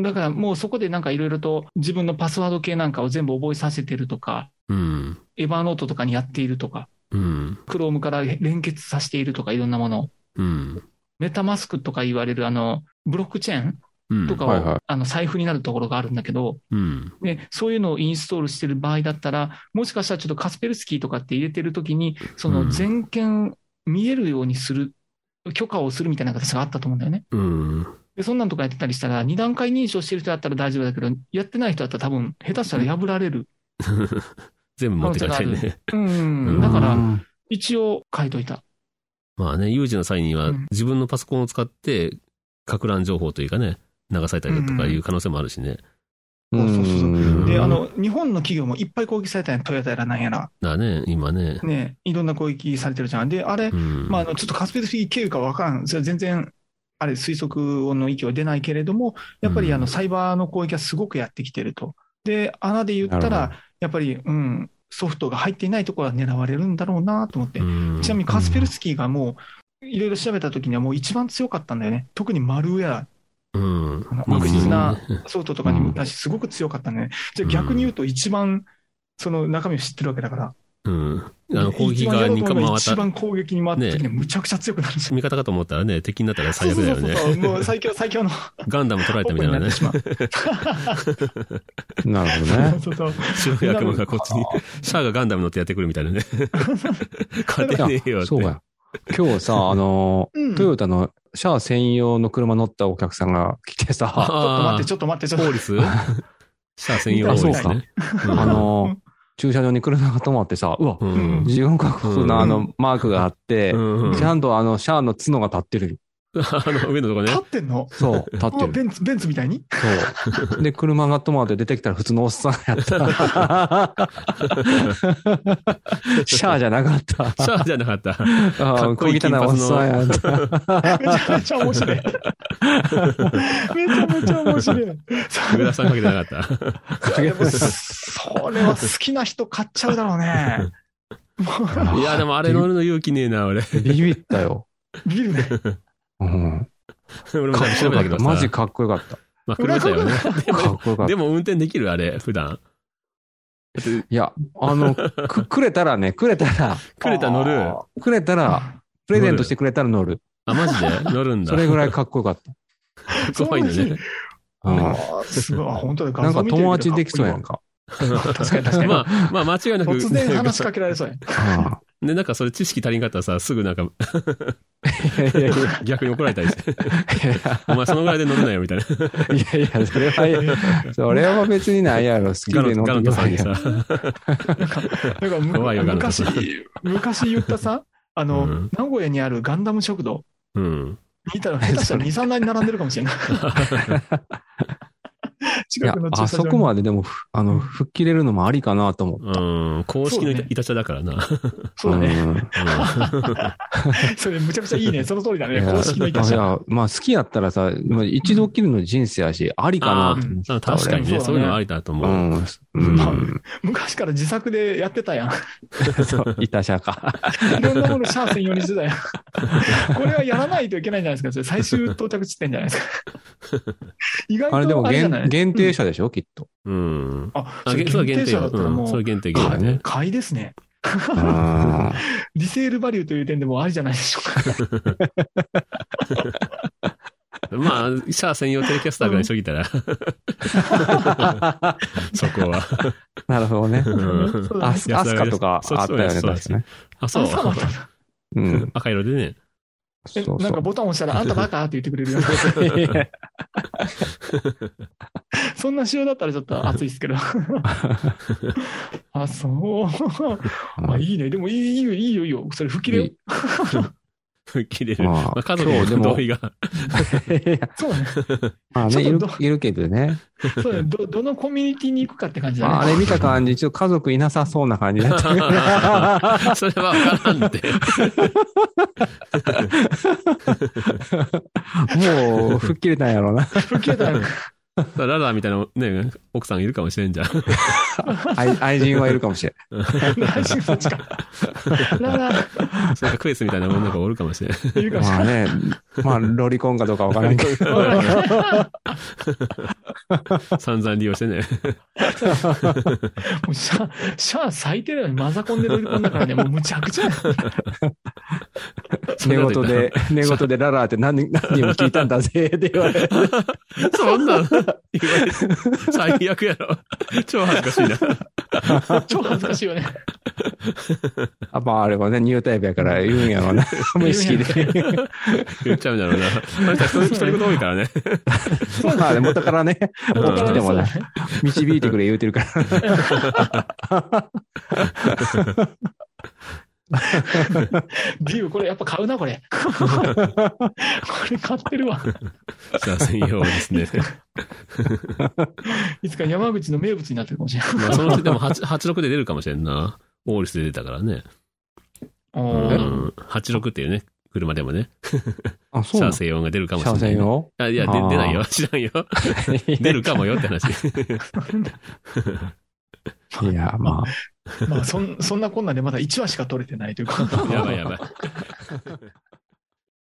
[SPEAKER 3] だからもうそこでなんかいろいろと自分のパスワード系なんかを全部覚えさせてるとか、
[SPEAKER 2] うん。
[SPEAKER 3] エヴァノートとかにやっているとか、
[SPEAKER 2] うん。
[SPEAKER 3] Chrome から連結させているとかいろんなものを、
[SPEAKER 2] うん。
[SPEAKER 3] メタマスクとか言われるあの、ブロックチェーン
[SPEAKER 2] うん。
[SPEAKER 3] とか
[SPEAKER 4] はいはい
[SPEAKER 3] をあの財布になるところがあるんだけど、
[SPEAKER 2] うん。
[SPEAKER 3] で、そういうのをインストールしてる場合だったら、もしかしたらちょっとカスペルスキーとかって入れてるときに、その全権見えるようにする、許可をするみたいな形があったと思うんだよね。
[SPEAKER 2] うん。
[SPEAKER 3] で、そんなんとかやってたりしたら、二段階認証してる人だったら大丈夫だけど、やってない人だったら多分、下手したら破られる。
[SPEAKER 2] 全部持ってかれて
[SPEAKER 3] 可能性
[SPEAKER 2] ね。
[SPEAKER 3] うん。だから、一応書いといた。
[SPEAKER 2] まあね、有事の際には
[SPEAKER 3] うん
[SPEAKER 2] 自分のパソコンを使って、か乱情報というかね、流されたりだとかいう可能性もあるしね。
[SPEAKER 3] そうそうそう
[SPEAKER 2] うん
[SPEAKER 3] で、あの、日本の企業もいっぱい攻撃されたんや、トヨタやらなんやら。
[SPEAKER 2] だね、今ね。
[SPEAKER 3] ね、いろんな攻撃されてるじゃん。で、あれ、
[SPEAKER 2] うん。
[SPEAKER 3] まあ、あのちょっとカスペルスキー経由か分からん、それは全然、あれ、推測の域は出ないけれども、やっぱ
[SPEAKER 2] う
[SPEAKER 3] り
[SPEAKER 2] ん
[SPEAKER 3] あのサイバーの攻撃はすごくやってきてると。で、穴で言った
[SPEAKER 4] なるほ
[SPEAKER 3] ら、やっぱり、うん、ソフトが入っていないところは狙われるんだろうなと思って
[SPEAKER 2] う、ん
[SPEAKER 3] ちなみにカスペルスキーがもう、いろいろ調べたときにはもう一番強かったんだよね、特にマルウェア、
[SPEAKER 2] うん。
[SPEAKER 3] あの悪質な
[SPEAKER 2] うん
[SPEAKER 3] ソフトとかにも対してすごく強かったんだよね。じゃあ逆に言うと、一番その中身を知ってるわけだから、
[SPEAKER 2] うん。あの、攻撃
[SPEAKER 3] 一番や
[SPEAKER 2] が
[SPEAKER 3] ろう
[SPEAKER 2] 2
[SPEAKER 3] と
[SPEAKER 2] 回
[SPEAKER 3] 思えば
[SPEAKER 2] 回っ
[SPEAKER 3] 一
[SPEAKER 2] た。
[SPEAKER 3] 番攻撃に回ったときにはむちゃくちゃ強くなるし。
[SPEAKER 2] 味方かと思ったらね、敵になったら
[SPEAKER 3] そ
[SPEAKER 2] 最
[SPEAKER 3] う
[SPEAKER 2] 悪
[SPEAKER 3] そう
[SPEAKER 2] だ
[SPEAKER 3] そ
[SPEAKER 2] よ
[SPEAKER 3] うそう
[SPEAKER 2] ね。
[SPEAKER 3] もう最強、最強の
[SPEAKER 2] ガンダム取られたみ
[SPEAKER 3] 奥
[SPEAKER 2] たい
[SPEAKER 3] に
[SPEAKER 2] な
[SPEAKER 3] なっ
[SPEAKER 2] ね
[SPEAKER 3] て。しまう。
[SPEAKER 4] なるほどね。
[SPEAKER 3] そうそう
[SPEAKER 2] 白い悪魔がこっちに、シャアがガンダム乗ってやってくるみたいなね。勝て ねえよって。
[SPEAKER 4] そうや。今日さ、あのー
[SPEAKER 3] うん
[SPEAKER 4] トヨタのシャア専用の車乗ったお客さんが来て さ、
[SPEAKER 3] ちょっと
[SPEAKER 2] あ
[SPEAKER 3] 待って、
[SPEAKER 2] ー
[SPEAKER 3] ちょっと待って、ちょっ
[SPEAKER 2] 法
[SPEAKER 3] と。
[SPEAKER 2] 律シャア専用法律ね。うん
[SPEAKER 4] あのー
[SPEAKER 3] うん
[SPEAKER 4] 駐車場に車が止まってさ、うわ、
[SPEAKER 2] うん。
[SPEAKER 4] 自分確保
[SPEAKER 2] うん
[SPEAKER 4] のあの、マークがあって
[SPEAKER 2] う、んうん
[SPEAKER 4] ちゃんとあの、シャアの角が立ってる。
[SPEAKER 2] あの、上のとこね
[SPEAKER 3] 立。ってんの
[SPEAKER 4] そう、立って
[SPEAKER 3] あ
[SPEAKER 4] る。
[SPEAKER 3] ベンツ、ベンツみたいに
[SPEAKER 4] そう。で、車が止まって出てきたら普通のおっさんやった。シャアじゃなかった。
[SPEAKER 2] シャアじゃなかった。
[SPEAKER 4] あ
[SPEAKER 2] かっ
[SPEAKER 4] あ、
[SPEAKER 2] こ
[SPEAKER 4] 小
[SPEAKER 2] いい
[SPEAKER 4] 汚いおっさんやった。
[SPEAKER 3] めちゃめちゃ面白い。めちゃめちゃ面白い。
[SPEAKER 2] 上田さんかけてなかった。
[SPEAKER 3] それそれは好きな人買っちゃうだろうね。も
[SPEAKER 2] いや、でもあれ乗るの勇気ねえな、俺。
[SPEAKER 4] ビビったよ。
[SPEAKER 3] うビビるね。
[SPEAKER 4] うん。
[SPEAKER 2] 俺も
[SPEAKER 4] かっこ
[SPEAKER 2] 調
[SPEAKER 4] よ
[SPEAKER 2] べた
[SPEAKER 4] かっ
[SPEAKER 2] けど
[SPEAKER 4] た。
[SPEAKER 2] さ。
[SPEAKER 4] マジかっこよかった。
[SPEAKER 2] まあ、車だよね。
[SPEAKER 4] かっこよかった
[SPEAKER 2] で。も運転できるあれ、普段。
[SPEAKER 4] いや、あの、く、くれたらね、くれたら、
[SPEAKER 2] クレタ乗る。
[SPEAKER 4] くれたら、プレゼントしてくれたら乗る。
[SPEAKER 2] あ、マジで乗るんだ。
[SPEAKER 4] それぐらいかっこよかっ
[SPEAKER 2] 怖いんだね。
[SPEAKER 4] た。うん
[SPEAKER 3] あーすごい、あ本当だ。
[SPEAKER 4] なんか友達できそうやん
[SPEAKER 3] か
[SPEAKER 4] か。
[SPEAKER 3] っこいいわ。確かに確かに。
[SPEAKER 2] まあ、まあ、間違いなく。
[SPEAKER 3] 突然 話しかけられそうや。
[SPEAKER 2] ね、なんかそれ知識足りんかったらさ、すぐなんか
[SPEAKER 4] うんいやいやい
[SPEAKER 2] 逆に怒られたりして、
[SPEAKER 4] や。
[SPEAKER 2] お前そのぐらいで乗るなよみたいな。
[SPEAKER 4] いやいや、それは、それは別にないやろ。好き
[SPEAKER 2] ガ
[SPEAKER 4] で
[SPEAKER 2] ロ
[SPEAKER 4] 乗
[SPEAKER 2] ガロ
[SPEAKER 4] っ
[SPEAKER 2] ン
[SPEAKER 4] て
[SPEAKER 2] タさん
[SPEAKER 4] ない
[SPEAKER 2] に
[SPEAKER 4] や
[SPEAKER 2] さ
[SPEAKER 4] ん。。
[SPEAKER 3] なんかむ
[SPEAKER 2] 怖いよガンダム
[SPEAKER 3] 昔、昔言ったさ、あの、
[SPEAKER 2] うん
[SPEAKER 3] 名古屋にあるガンダム食堂、
[SPEAKER 2] うん。
[SPEAKER 3] 見たら下手したら2、3台並んでるかもしれない。
[SPEAKER 4] い
[SPEAKER 3] 近
[SPEAKER 4] や
[SPEAKER 3] くの、駐
[SPEAKER 4] あ
[SPEAKER 3] 車
[SPEAKER 4] そ
[SPEAKER 3] 場に
[SPEAKER 4] こまででも、あの、吹っ切れるのもありかなと思う。
[SPEAKER 2] うん。公式のい
[SPEAKER 3] そう
[SPEAKER 2] た
[SPEAKER 3] ね
[SPEAKER 2] いたちゃだからな。
[SPEAKER 3] そうだね。
[SPEAKER 4] ね。
[SPEAKER 3] それむちゃくちゃいいね。その通りだ
[SPEAKER 4] い
[SPEAKER 3] ね。
[SPEAKER 4] や
[SPEAKER 3] 公式のいたし
[SPEAKER 4] い。やまあ好きやったらさ、まあ一度きりの人生やし、ありかなと思って
[SPEAKER 2] うん。確かにね、
[SPEAKER 3] 俺
[SPEAKER 2] そういうのはありだと思う。
[SPEAKER 4] うん。うん。
[SPEAKER 3] 昔から自作でやってたやん。
[SPEAKER 4] そう、 いたしゃか。
[SPEAKER 3] いろんなものシャア専用にしてたやん。これはやらないといけないんじゃないですか。それ最終到着地点じゃないですか。意外と
[SPEAKER 4] あれでも
[SPEAKER 3] あれじゃな
[SPEAKER 4] 限
[SPEAKER 3] い
[SPEAKER 4] 限定車でしょ、きっと。
[SPEAKER 2] うん。
[SPEAKER 3] あ、
[SPEAKER 2] あ、
[SPEAKER 3] それ
[SPEAKER 2] げそう
[SPEAKER 3] 限
[SPEAKER 2] 限
[SPEAKER 3] 定
[SPEAKER 2] 定
[SPEAKER 3] 車だ
[SPEAKER 2] よ。
[SPEAKER 3] ったら
[SPEAKER 2] うん。
[SPEAKER 3] も
[SPEAKER 2] そうれ、限定限定ね。
[SPEAKER 3] 買いですね。
[SPEAKER 4] うん
[SPEAKER 3] リセールバリューという点でもありじゃないでしょうか。
[SPEAKER 2] まあ、シャア専用テレキャスターぐらいにしときたら、そこは。
[SPEAKER 4] なるほどね。
[SPEAKER 2] うん
[SPEAKER 3] そうだ
[SPEAKER 4] ア
[SPEAKER 3] ね
[SPEAKER 4] スアスカとかあったよね、確かね。
[SPEAKER 2] あ、そう
[SPEAKER 3] あ。 そうなんだ
[SPEAKER 4] うん。
[SPEAKER 2] 赤色でね。
[SPEAKER 3] え
[SPEAKER 4] そうそう。
[SPEAKER 3] なんかボタン押したら、あんたバカって言ってくれ るよ。そんな仕様だったらちょっと熱いですけ ど。あ、そう。 まあいいね。でもいいいいよ、いいよ、いいよ。それ吹っ切れよ。
[SPEAKER 2] 切れる。
[SPEAKER 4] まあ
[SPEAKER 2] まあ、家族
[SPEAKER 4] 今日で
[SPEAKER 2] の
[SPEAKER 4] も
[SPEAKER 2] 同意が。
[SPEAKER 3] そうだね。
[SPEAKER 4] まあね、いるいるけどね。
[SPEAKER 3] そうだね。 ど、どのコミュニティに行くかって感じだね。
[SPEAKER 4] まあ、あれ見た感じ、ちょっと家族いなさそうな感じ だった。
[SPEAKER 2] それは分からんって。
[SPEAKER 4] もう、吹っ切れたんやろうな。
[SPEAKER 3] 吹っ切れたら、
[SPEAKER 2] ララみたいなね、奥さんいるかもしれんじゃん。
[SPEAKER 4] 愛愛人はいるかもしれん。
[SPEAKER 3] 内心そっちか。 ララ
[SPEAKER 2] それかクエスみたいな女がお るかもしれん。
[SPEAKER 3] 言うかもしれな
[SPEAKER 4] まあ
[SPEAKER 3] い。
[SPEAKER 4] ね、まあ、ロリコンかどうかわからんけど。
[SPEAKER 2] 散々利用してね。
[SPEAKER 3] もうシャア、シャア最低だよね。マザコンで乗り込んだから ね、もうむちゃくちゃ。
[SPEAKER 4] 寝言で、寝言でララーって何、何人も聞いたんだぜって言われ て。
[SPEAKER 2] そんなん言われて最悪やろ。超恥ずかしいな。
[SPEAKER 3] 超恥ずかしいよね。
[SPEAKER 4] あ、まああれはね、ニュータイプやから言うんやろ うな。無意識
[SPEAKER 3] 言
[SPEAKER 4] で。
[SPEAKER 2] 言っちゃうんだろうな。あの人一人一人言多いからね。
[SPEAKER 4] まあね、元からね、
[SPEAKER 2] うん
[SPEAKER 4] 起きて
[SPEAKER 3] そ
[SPEAKER 4] もね
[SPEAKER 3] うだね
[SPEAKER 4] 導いてくれ言うてるから。
[SPEAKER 3] ビームこれやっぱ買うな、これ。 これ買ってるわ。
[SPEAKER 2] じゃあ専用ですね。
[SPEAKER 3] いつか山口の名物になってるかもしれない。
[SPEAKER 2] まあその人でも8 86で出るかもしれんな。オーリスで出たからね。う
[SPEAKER 3] おー
[SPEAKER 2] ん。86っていうね、車でもね、
[SPEAKER 4] あ、
[SPEAKER 2] シ
[SPEAKER 4] そ
[SPEAKER 2] ャ
[SPEAKER 4] う
[SPEAKER 2] ア
[SPEAKER 4] なのシ
[SPEAKER 2] 専用が出るかもし
[SPEAKER 4] ャ
[SPEAKER 2] れ
[SPEAKER 4] ア
[SPEAKER 2] ない。
[SPEAKER 4] 専用
[SPEAKER 2] あいや、で
[SPEAKER 4] あー
[SPEAKER 2] 出ないよ。知らんよ。 出るかもよって話。
[SPEAKER 4] いや、ま
[SPEAKER 3] まあそん、そんなこんなでまだ1話しか取れてないというか。
[SPEAKER 2] やばいやばい。